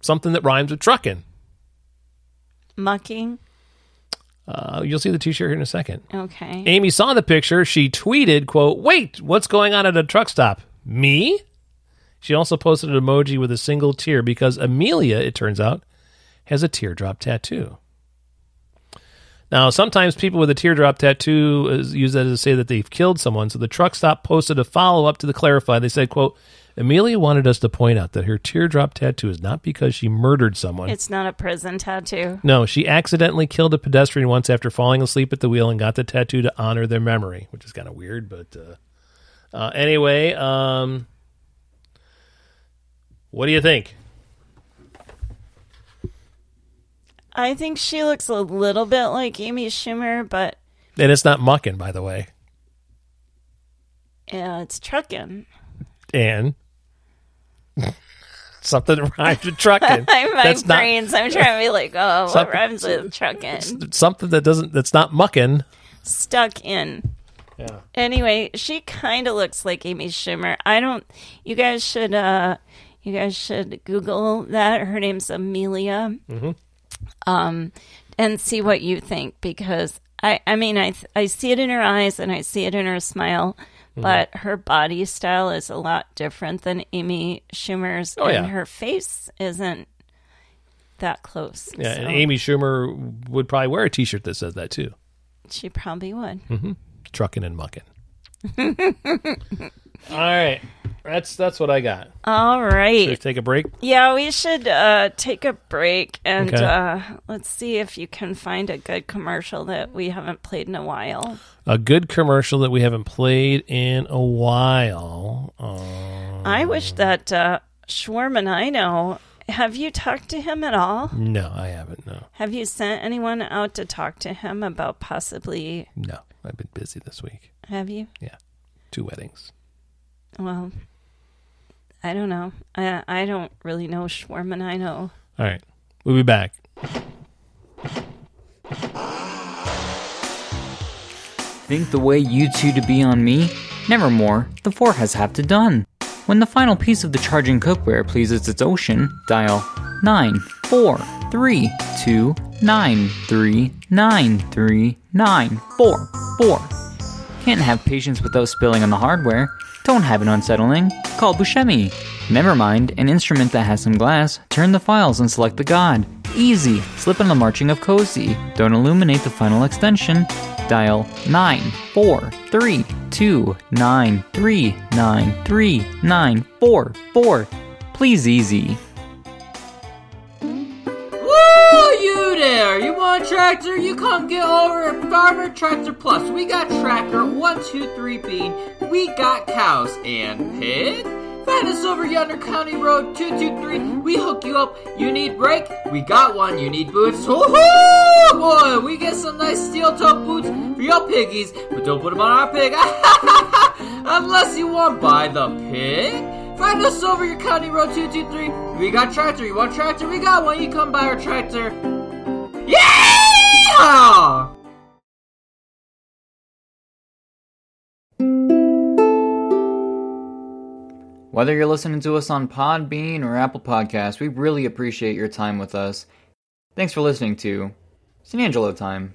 something that rhymes with truckin'. Mucking. Uh, you'll see the t shirt here in a second. Okay. Amy saw the picture. She tweeted, quote, wait, what's going on at a truck stop? Me? She also posted an emoji with a single tear because Amelia, it turns out, has a teardrop tattoo. Now, sometimes people with a teardrop tattoo is, use that to say that they've killed someone. So the truck stop posted a follow up to the clarify. They said, quote, Amelia wanted us to point out that her teardrop tattoo is not because she murdered someone. It's not a prison tattoo. No, she accidentally killed a pedestrian once after falling asleep at the wheel and got the tattoo to honor their memory, which is kind of weird, but uh, uh, anyway, um, what do you think? I think she looks a little bit like Amy Schumer, but And it's not mucking, by the way. uh, it's trucking. And [laughs] something that rhymes with trucking. I'm [laughs] [laughs] my That's not- brains. I'm trying to be like, oh, what Something- [laughs] rhymes with trucking? something that doesn't. That's not mucking. Stuck in. Yeah. Anyway, she kind of looks like Amy Schumer. I don't. You guys should. uh You guys should Google that. Her name's Amelia. Um, Mm-hmm. and see what you think because I. I mean, I. th- I see it in her eyes and I see it in her smile, Mm-hmm. but her body style is a lot different than Amy Schumer's, Oh, and yeah. her face isn't that close. Yeah, and so Amy Schumer would probably wear a T-shirt that says that too. She probably would. Hmm. Trucking and [laughs] mucking. All right, that's that's what I got. All right. Should we take a break? Yeah, we should uh, take a break and Okay. uh, let's see if you can find a good commercial that we haven't played in a while. a good commercial that we haven't played in a while. Uh, I wish that uh, Schwarman I know. Have you talked to him at all? no, I haven't. No, Have you sent anyone out to talk to him about possibly? no, I've been busy this week. Have you? Yeah, two weddings. Well, I don't know. I I don't really know Schwarman I know. All right, we'll be back. Think the way you two to be on me? Nevermore, the four has half to done. When the final piece of the charging cookware pleases its ocean, dial 943293939444. Can't have patience without spilling on the hardware. Don't have it unsettling. Call Buscemi. Never mind, an instrument that has some glass. Turn the files and select the god. Easy. Slip in the marching of Cozy. Don't illuminate the final extension. Dial 943293939444. Please easy. Woo, you there! You want a tractor? You come get over at Farmer Tractor Plus. We got tractor, one, two, three bean. We got cows and pig. Find us over yonder county road, 223. We hook you up. You need brake? We got one. You need boots? Woohoo! Boy, we get some nice steel toe boots for your piggies, but don't put them on our pig. [laughs] Unless you want buy the pig. Find us over your county road 223. We got tractor. You want tractor? We got one. You come buy our tractor. Yeah! Whether you're listening to us on Podbean or Apple Podcasts, we really appreciate your time with us. Thanks for listening to San Angelo Time.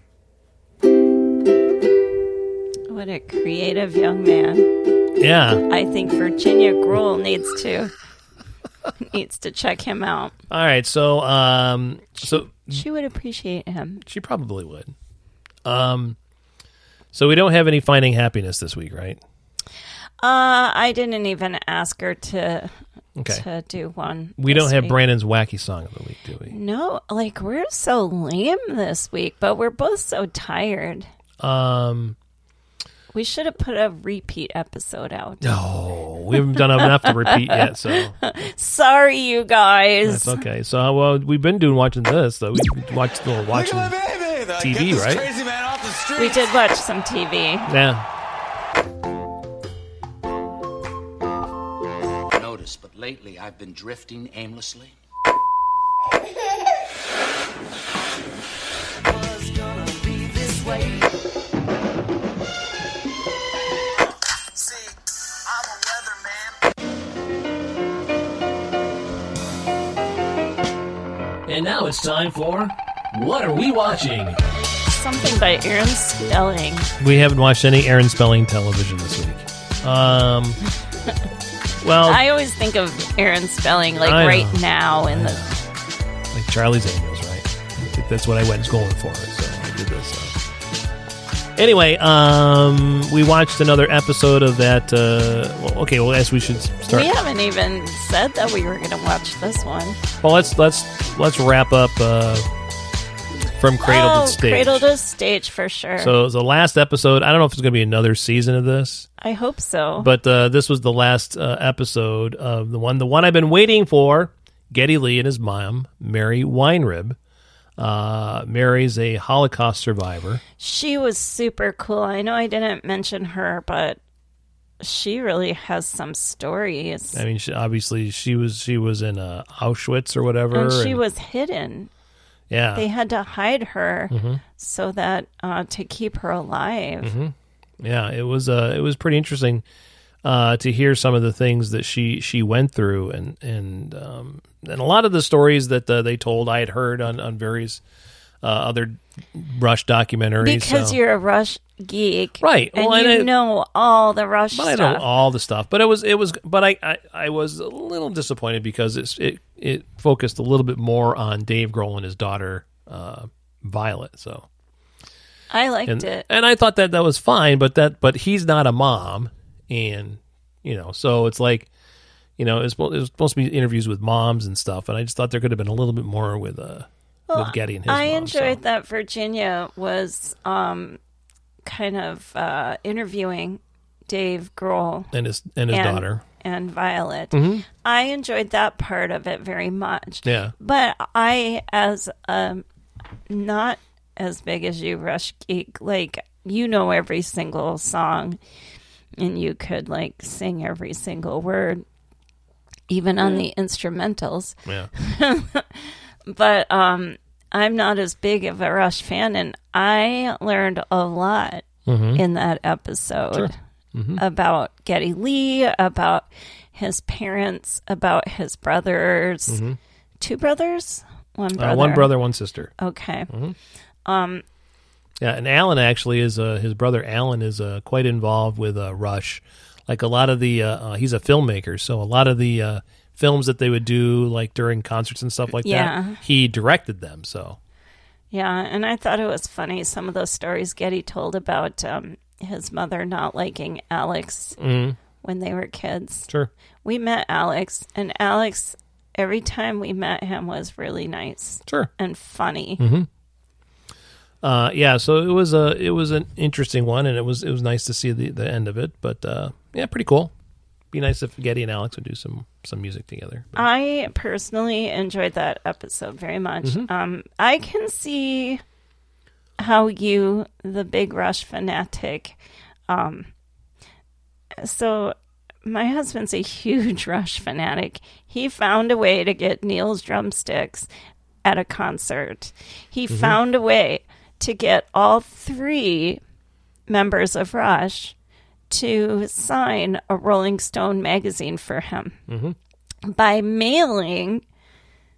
What a creative young man. Yeah. I think Virginia Gruel needs to needs to check him out. All right. So, um, so She would appreciate him. she probably would. Um, so we don't have any finding happiness this week, right? Uh, I didn't even ask her to Okay. to do one. We this don't have week. Brandon's wacky song of the week, do we? No, like we're so lame this week, but we're both so tired. Um, We should have put a repeat episode out. no, we haven't done enough to repeat yet. So Sorry, you That's guys. okay. So uh, well, we've been doing watching this though. We watched well, watching Look at my baby. Like, TV, get this right? Crazy man off the streets. We did watch some TV. Yeah. notice, but lately I've been drifting aimlessly. And now it's time for What Are We Watching? Something by Aaron Spelling. We haven't watched any Aaron Spelling television this week. Um, well, I always think of Aaron Spelling like Oh. I right know. now in the like Charlie's Angels, right? That's what I went going for, so I did this. so. Anyway, um, we watched another episode of that. Uh, well, okay, well, I guess we should start. We haven't even said that we were going to watch this one. Well, let's let's let's wrap up uh, from Cradle oh, to Stage. Cradle to Stage for sure. so it was the last episode. I don't know if it's going to be another season of this. I hope so. But uh, this was the last uh, episode of the one, the one I've been waiting for. Getty Lee and his mom, Mary Weinrib. Uh, Mary's a Holocaust survivor. she was super cool. I know I didn't mention her, but she really has some stories. I mean, she, obviously she was she was in uh, Auschwitz or whatever. and she and- was hidden. yeah. Mm-hmm. They had to hide her so that uh, to keep her alive. Yeah, it was uh, it was pretty interesting uh, to hear some of the things that she she went through, and and um, and a lot of the stories that uh, they told I had heard on on various uh, other Rush documentaries. Because so- you're a Rush geek, Right. And Well, and you I- know all the Rush but I stuff. know all the stuff. But it was it was but I I, I was a little disappointed because it's it it focused a little bit more on Dave Grohl and his daughter uh, Violet. So. I liked and it. and I thought that that was fine, but that but he's not a mom, and you know, so it's like, you know, it's supposed- it was supposed to be interviews with moms and stuff, and I just thought there could have been a little bit more with uh with Getty and his. I mom, enjoyed so. that Virginia was um, kind of uh, interviewing Dave Grohl and his and his and, daughter. and Violet. I enjoyed that part of it very much. Yeah, But I, as um, not as big as you, Rush Geek, like you know every single song, and you could like sing every single word, even on the instrumentals. [laughs] yeah, But um, I'm not as big of a Rush fan, and I learned a lot Mm-hmm. in that episode about Getty Lee, about his parents, about his brothers, two brothers, one brother, Mm-hmm. Uh, one brother, Mm-hmm. one sister. Okay. Yeah, and Alan actually is uh, his brother. Alan is uh, quite involved with uh, Rush. Like a lot of the, uh, uh, he's a filmmaker, so a lot of the uh, films that they would do, like during concerts and stuff like Yeah. that, he directed them. So Yeah, and I thought it was funny some of those stories Getty told about um, his mother not liking Alex Mm-hmm. when they were kids. sure, We met Alex, and Alex, every time we met him, was really nice sure. and funny. Uh, yeah, so it was a it was an interesting one, and it was it was nice to see the, the end of it. But uh, yeah, pretty cool. Be nice if Getty and Alex would do some some music together. But- I personally enjoyed that episode very much. Um, I can see how you, the big Rush fanatic, um, so my husband's a [laughs] huge Rush fanatic. He found a way to get Neil's drumsticks at a concert. He found a way to get all three members of Rush to sign a Rolling Stone magazine for him by mailing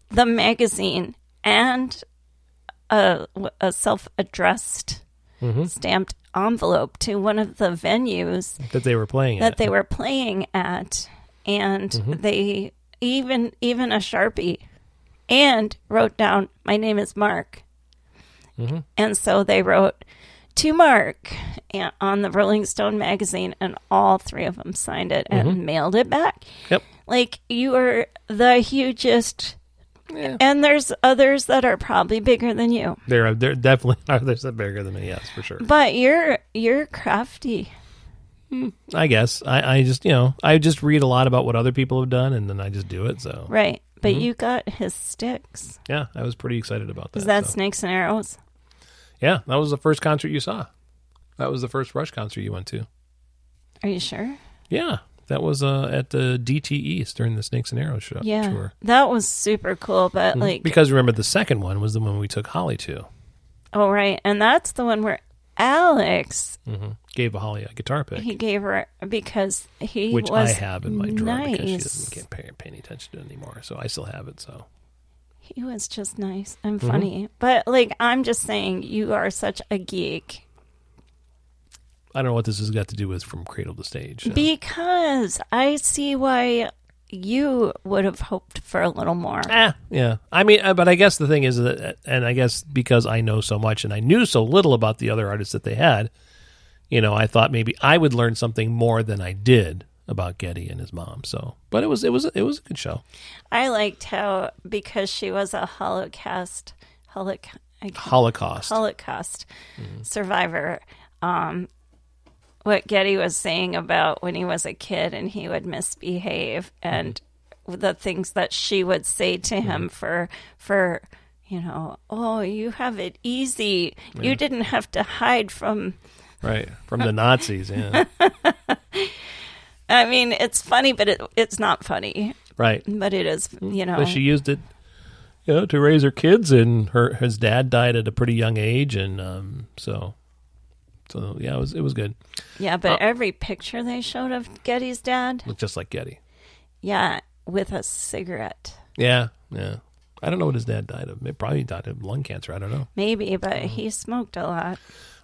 the magazine and a, a self addressed stamped envelope to one of the venues that they were playing that it. they were playing at. And they even, even a Sharpie and wrote down, My name is Mark. And so they wrote to Mark a- on the Rolling Stone magazine, and all three of them signed it and mailed it back Yep. like you are the hugest and there's others that are probably bigger than you They're they're definitely [laughs] are they're bigger than me. Yes, for sure. but you're you're crafty I guess I, I just you know I just read a lot about what other people have done and then I just do it. So right but Mm-hmm. you got his sticks yeah, I was pretty excited about that. is that so. snakes and arrows yeah, that was the first concert you saw. That was the first Rush concert you went to. Are you sure? Yeah, that was uh, at the DT East during the Snakes and Arrows show Yeah. tour. That was super cool, Mm-hmm. but like, Because remember, the second one was the one we took Holly to. oh, right. And that's the one where Alex, hmm Gave Holly a guitar pick, he gave her, because he which I was have in my drawer because she nice. doesn't get pay, pay any attention to it anymore. So I still have it. So He was just nice and Mm-hmm. funny. But like, I'm just saying, you are such a geek. I don't know what this has got to do with from cradle to stage. so. Because I see why you would have hoped for a little more. Eh, yeah. I mean, uh, but I guess the thing is that, uh, and I guess because I know so much and I knew so little about the other artists that they had, you know, I thought maybe I would learn something more than I did about Getty and his mom. So, but it was it was it was a good show. I liked how because she was a Holocaust holoc- I can't- Holocaust. Mm-hmm. Holocaust survivor. Um, what Getty was saying about when he was a kid and he would misbehave and Mm-hmm. the things that she would say to him for for you know, oh, you have it easy. You didn't have to hide from right from the Nazis. [laughs] Yeah. I mean, it's funny, but it, it's not funny. right. But it is, you know. Mm, But she used it, you know, to raise her kids, and her his dad died at a pretty young age, and um, so, so yeah, it was it was good. yeah, uh, but every picture they showed of Getty's dad, Looked just like Getty. yeah, with a cigarette. Yeah, yeah. I don't know what his dad died of. It probably died of lung cancer. I don't know. Maybe, but Mm. he smoked a lot.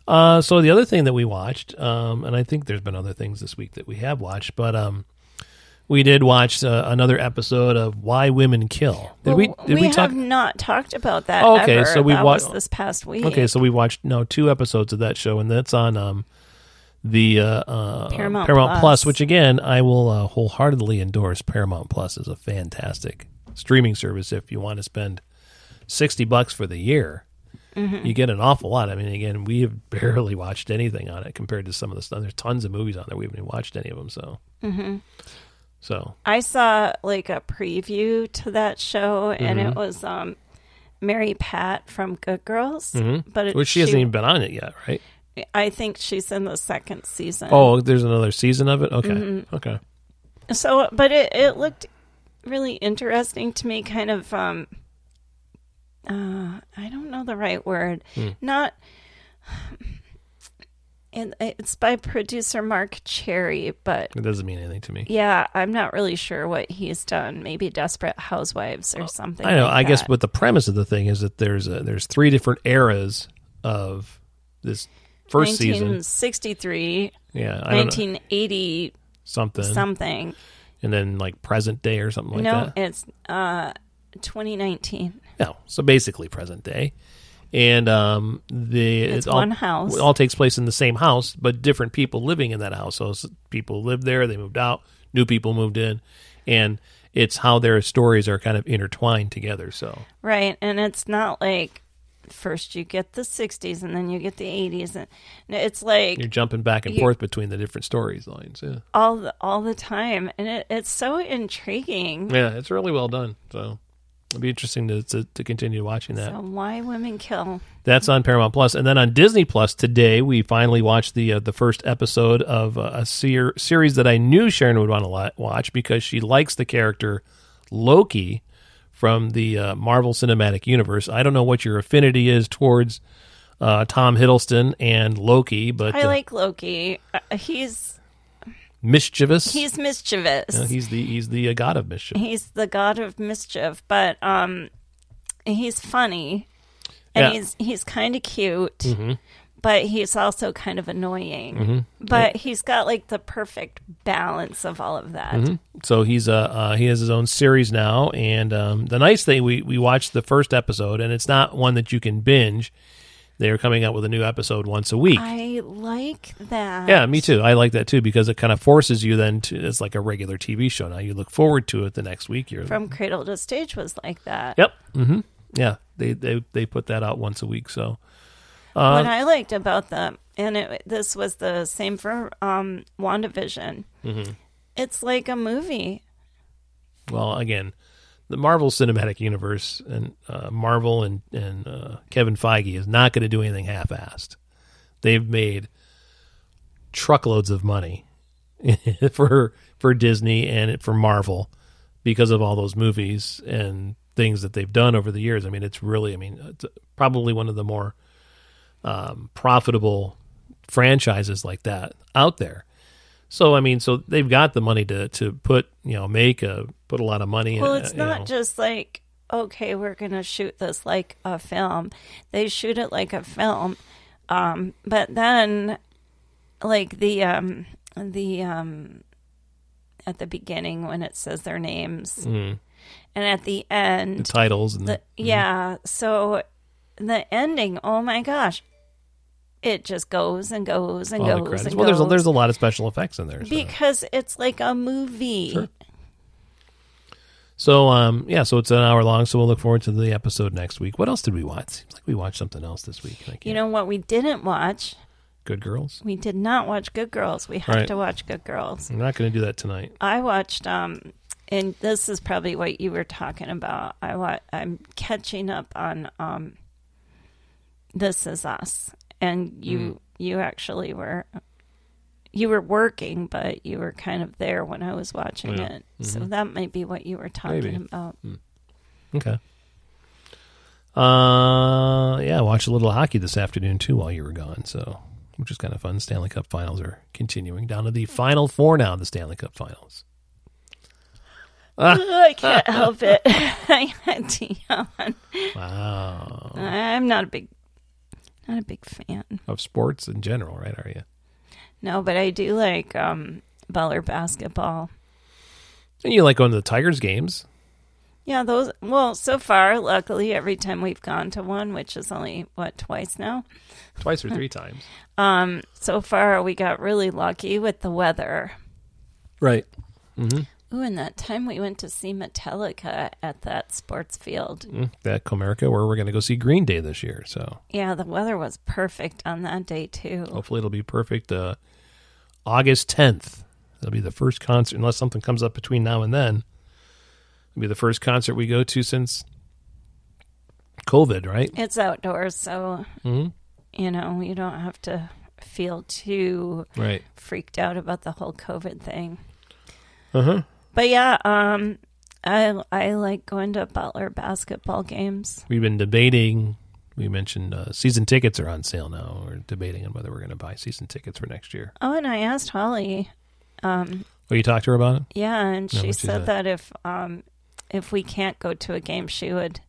Uh, so the other thing that we watched, um, and I think there's been other things this week that we have watched, but um, we did watch uh, another episode of Why Women Kill. Did we? Well, Did we, we, talk? have not talked about that. Oh, okay, ever. so we that wa- was this past week. Okay, so we watched no two episodes of that show, and that's on um, the uh, uh, Paramount Paramount Plus, Plus. which again I will uh, wholeheartedly endorse. Paramount Plus is a fantastic streaming service if you want to spend sixty bucks for the year. Mm-hmm. You get an awful lot. I mean, again, we have [laughs] barely watched anything on it compared to some of the stuff. There's tons of movies on there. We haven't even watched any of them. So, Mm-hmm. so I saw like a preview to that show, and Mm-hmm. it was um, Mary Pat from Good Girls, but it, Mm-hmm. which she, hasn't even been on it yet, right? I think she's in the second season. Oh, there's another season of it. Okay, Mm-hmm. okay. So, but it, it looked really interesting to me, kind of, um, uh, I don't know the right word. Hmm. Not, and it's by producer Mark Cherry, but It doesn't mean anything to me. yeah, I'm not really sure what he's done. Maybe Desperate Housewives or something. Oh, I know. like I guess, that. but the premise of the thing is that there's a, there's three different eras of this first season. 1963, Yeah, I don't know 1980 something, something. and then like present day or something like no, that. it's uh, 2019. No, so basically present day, and um, the It's it all, one house. It all takes place in the same house, but different people living in that house. So s- people lived there, they moved out, new people moved in, and it's how their stories are kind of intertwined together. So Right, and it's not like first you get the 60s and then you get the 80s and no, it's like you're jumping back and You- forth between the different stories lines. Yeah. all the, all the time and it, it's so intriguing. Yeah, it's really well done. So it'll be interesting to to, to continue watching that. So why women kill? That's on Paramount Plus, and then on Disney Plus today we finally watched the uh, the first episode of uh, a ser- series that I knew Sharon would want to li- watch because she likes the character Loki from the uh, Marvel Cinematic Universe. I don't know what your affinity is towards uh, Tom Hiddleston and Loki, but I uh, like Loki. Uh, he's mischievous. he's mischievous. Uh, he's the he's the uh, god of mischief. he's the god of mischief, but um he's funny and Yeah. he's he's kind of cute. But he's also kind of annoying. But he's got like the perfect balance of all of that. so he's uh, uh he has his own series now and um the nice thing we we watched the first episode and it's not one that you can binge they're coming out with a new episode once a week I like that. yeah me too i like that too because it kind of forces you then to it's like a regular tv show now you look forward to it the next week you're From Cradle to Stage was like that. yep mm-hmm yeah they, they they put that out once a week so what I liked about them, and it, this was the same for um, WandaVision, Mm-hmm. it's like a movie. well again the Marvel Cinematic Universe and uh, Marvel and and uh, Kevin Feige is not going to do anything half-assed. They've made truckloads of money [laughs] for for Disney and for Marvel because of all those movies and things that they've done over the years. I mean, it's really, I mean, it's probably one of the more um, profitable franchises like that out there. So I mean, so they've got the money to to put you know make a put a lot of money. in, Well, uh, it's you not know. just like, okay, we're going to shoot this like a film. They shoot it like a film. Um, but then, like the, um, the, um, at the beginning when it says their names Mm-hmm. and at the the end, titles and the, yeah. So the ending, oh my gosh, it just goes and goes and all the goes credits. and Well, goes. there's a, there's a lot of special effects in there. so. because it's like a movie. Sure. So um yeah, so it's an hour long. So we'll look forward to the episode next week. What else did we watch? Seems like we watched something else this week. and I You can't- know what we didn't watch? Good Girls. We did not watch Good Girls. We have Right. to watch Good Girls. I'm not going to do that tonight. I watched um and this is probably what you were talking about. I wa- I'm catching up on um This Is Us and you Mm-hmm. you actually were you were working but you were kind of there when I was watching Yeah. Mm-hmm. it. So that might be what you were talking Maybe. Mm. about. Okay. Uh yeah, I watched a little hockey this afternoon too while you were gone. So which is kind of fun. Stanley Cup Finals are continuing down to the final four now. of The Stanley Cup Finals. [laughs] I can't help it. [laughs] I had to yawn. Wow. I'm not a big not a big fan. Of sports in general, right? Are you? No, but I do like um Beller basketball. And you like going to the Tigers games? Yeah, those well, so far, luckily every time we've gone to one, which is only what, twice now. Twice or [laughs] three times. So far we got really lucky with the weather. Right. Ooh, and that time we went to see Metallica at that sports field. That Comerica where we're gonna go see Green Day this year, so Yeah, the weather was perfect on that day too. Hopefully, it'll be perfect. Uh, August 10th. That'll be the first concert, unless something comes up between now and then. It'll be the first concert we go to since COVID, right? It's outdoors, so you know, you don't have to feel too Right. freaked out about the whole COVID thing. But yeah, um, I I like going to Butler basketball games. We've been debating. We mentioned uh, season tickets are on sale now. We're debating on whether we're going to buy season tickets for next year. Oh, and I asked Holly. Oh, you talked to her about it? Yeah, and she what'd she said say? that if um if we can't go to a game, she would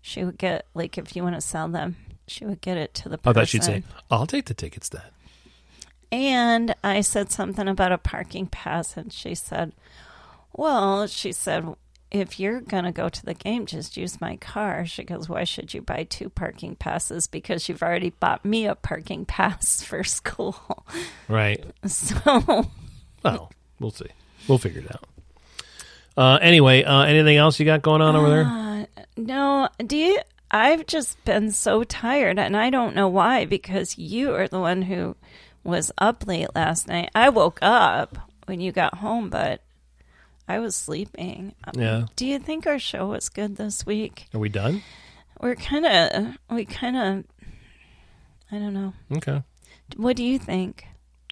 she would get like if you want to sell them, she would get it to the person. I thought Oh, she'd say, I'll take the tickets then. And I said something about a parking pass, and she said, Well, she said, if you're going to go to the game, just use my car. She goes, Why should you buy two parking passes? Because you've already bought me a parking pass [laughs] for school. [laughs] Right. So, Well, we'll see. We'll figure it out. Uh, anyway, uh, anything else you got going on over there? no, do you? I've just been so tired, and I don't know why, because you are the one who was up late last night. I woke up when you got home, but I was sleeping. Um, Yeah. Do you think our show was good this week? Are we done? We're kind of, we kind of, I don't know. Okay. Uh, What do you think?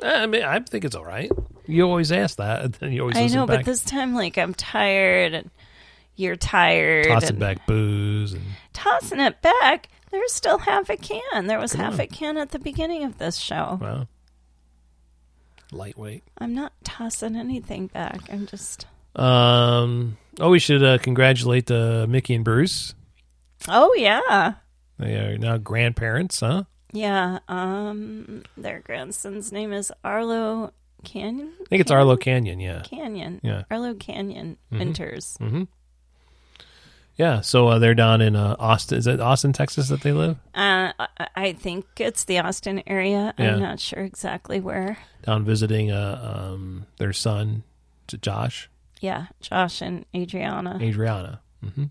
I mean, I think it's all right. You always ask that, and then you always I listen know, back, but this time, like, I'm tired and you're tired. tossing and back booze, and Tossing it back. There's still half a can. There was half a can at the beginning of this show. wow, lightweight. I'm not tossing anything back. I'm just, Um, oh, we should uh, congratulate uh, Mickey and Bruce. oh, yeah. They are now grandparents, huh? Yeah. Um, their grandson's name is Arlo Canyon. I think it's Arlo Canyon. Yeah, Canyon. Yeah. Arlo Canyon Winters. yeah. So uh, they're down in uh, Austin. Is it Austin, Texas, that they live? Uh, I- I think it's the Austin area. Yeah. I'm not sure exactly where. Down visiting uh, um, their son, J- Josh. Yeah, Josh and Adriana. Adriana. hmm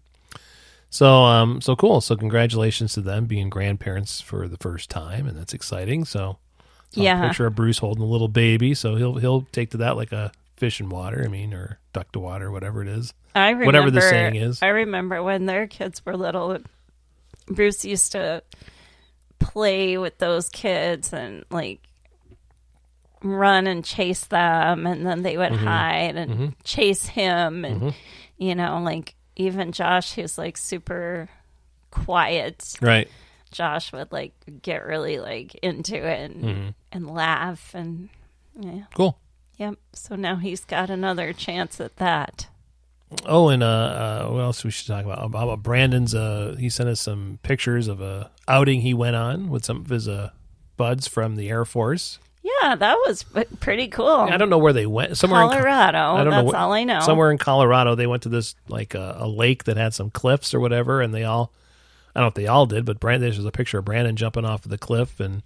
So, um, so cool. So, congratulations to them being grandparents for the first time, and that's exciting. So, saw a Yeah. picture of Bruce holding a little baby. So he'll he'll take to that like a fish in water. I mean, or duck to water, whatever it is. I remember, Whatever the saying is. I remember when their kids were little, Bruce used to play with those kids and like run and chase them and then they Mm-hmm. would hide and chase him and you know like even josh who's like super quiet Right. josh would like get really like into it and, Mm-hmm. and laugh and yeah Cool. yep so now he's got another chance at that Oh, and uh, uh, what else we should talk about? How about Brandon's? Uh, he sent us some pictures of a outing he went on with some of his uh, buds from the Air Force. yeah that was p- pretty cool I don't know where they went. Somewhere in Col- Colorado. I don't That's know wh- all I know. Somewhere in Colorado, they went to this like uh, a lake that had some cliffs or whatever, and they all. I don't know if they all did, but Brandon. There's a picture of Brandon jumping off of the cliff and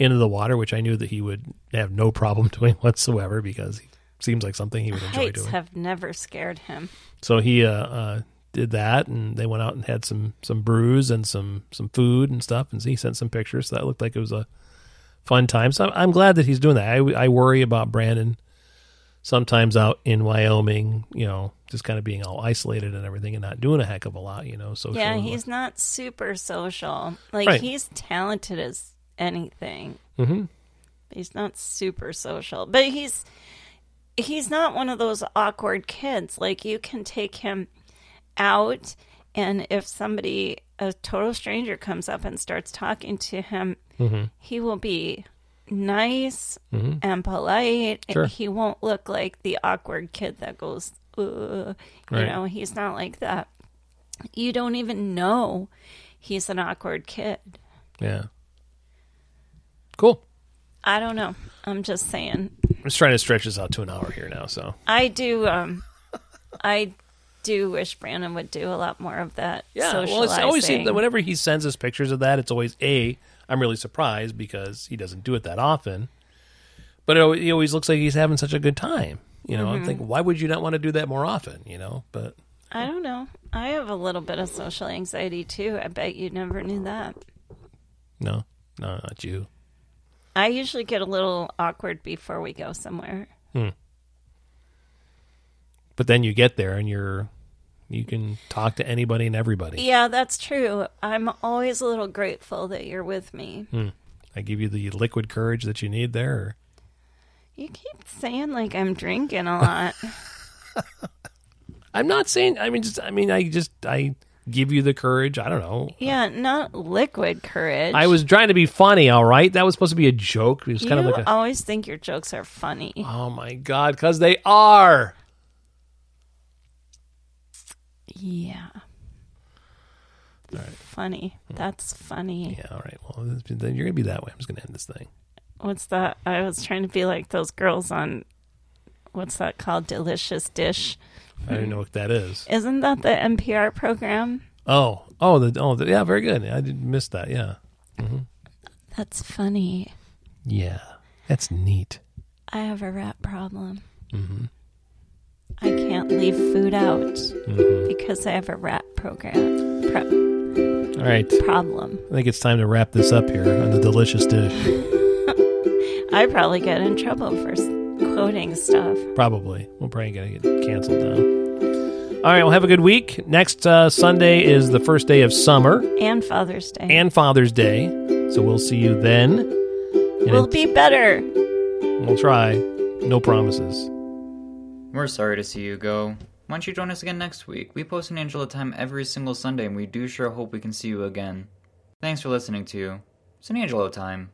into the water, which I knew that he would have no problem [laughs] doing whatsoever because he seems like something he would enjoy heights doing. have never scared him So he uh, uh, did that, and they went out and had some some brews and some some food and stuff, and he sent some pictures. So that looked like it was a fun time. So I'm, I'm glad that he's doing that. I, I worry about Brandon sometimes out in Wyoming, you know, just kind of being all isolated and everything, and not doing a heck of a lot, you know. So Yeah, he's not super social. Like Right. he's talented as anything. Mm-hmm. He's not super social, but he's he's not one of those awkward kids. Like you can take him out, and if somebody a total stranger comes up and starts talking to him, Mm-hmm. he will be nice and polite. Sure. And he won't look like the awkward kid that goes, Ugh. you Right. know, he's not like that you don't even know he's an awkward kid. yeah, cool. I don't know. I'm just saying. I'm just trying to stretch this out to an hour here now. So I do. [laughs] Um, I do wish Brandon would do a lot more of that. yeah, well, socializing. it's always seemed that whenever he sends us pictures of that, it's always a. I'm really surprised because he doesn't do it that often, but it, always, he always looks like he's having such a good time. You know, Mm-hmm. I'm thinking, why would you not want to do that more often? You know, but I don't know. I have a little bit of social anxiety too. I bet you never knew that. no, no, not you. I usually get a little awkward before we go somewhere. But then you get there and you're, you can talk to anybody and everybody. Yeah, that's true. I'm always a little grateful that you're with me. Hmm. I give you the liquid courage that you need there. Or, You keep saying like I'm drinking [laughs] a lot. I'm not saying. I mean, just I mean, I just I give you the courage. I don't know. yeah, not liquid courage. I was trying to be funny. All right, that was supposed to be a joke. It was kind of you like a. always think your jokes are funny. Oh my god, because they are. Yeah. Funny. That's funny. Hmm. Yeah, all right. Well, this- then you're gonna be that way. I'm just gonna end this thing. What's that? I was trying to be like those girls on what's that called? Delicious Dish. I don't even know what that is. Isn't that the NPR program? Oh, oh, the, oh, the, yeah, very good. I did miss that. Yeah, That's funny. yeah, that's neat. I have a rat problem. I can't leave food out because I have a rat program pro- All right, problem. I think it's time to wrap this up here on the delicious dish. I probably get in trouble for s- quoting stuff. Probably, we're probably gonna get canceled now. All right, well, have a good week. Next uh, Sunday is the first day of summer And Father's Day. and Father's Day, so we'll see you then. And we'll it- be better. we'll try. No promises. We're sorry to see you go. Why don't you join us again next week? We post an Angela Time every single Sunday, and we do sure hope we can see you again. Thanks for listening to It's an Angelo Time.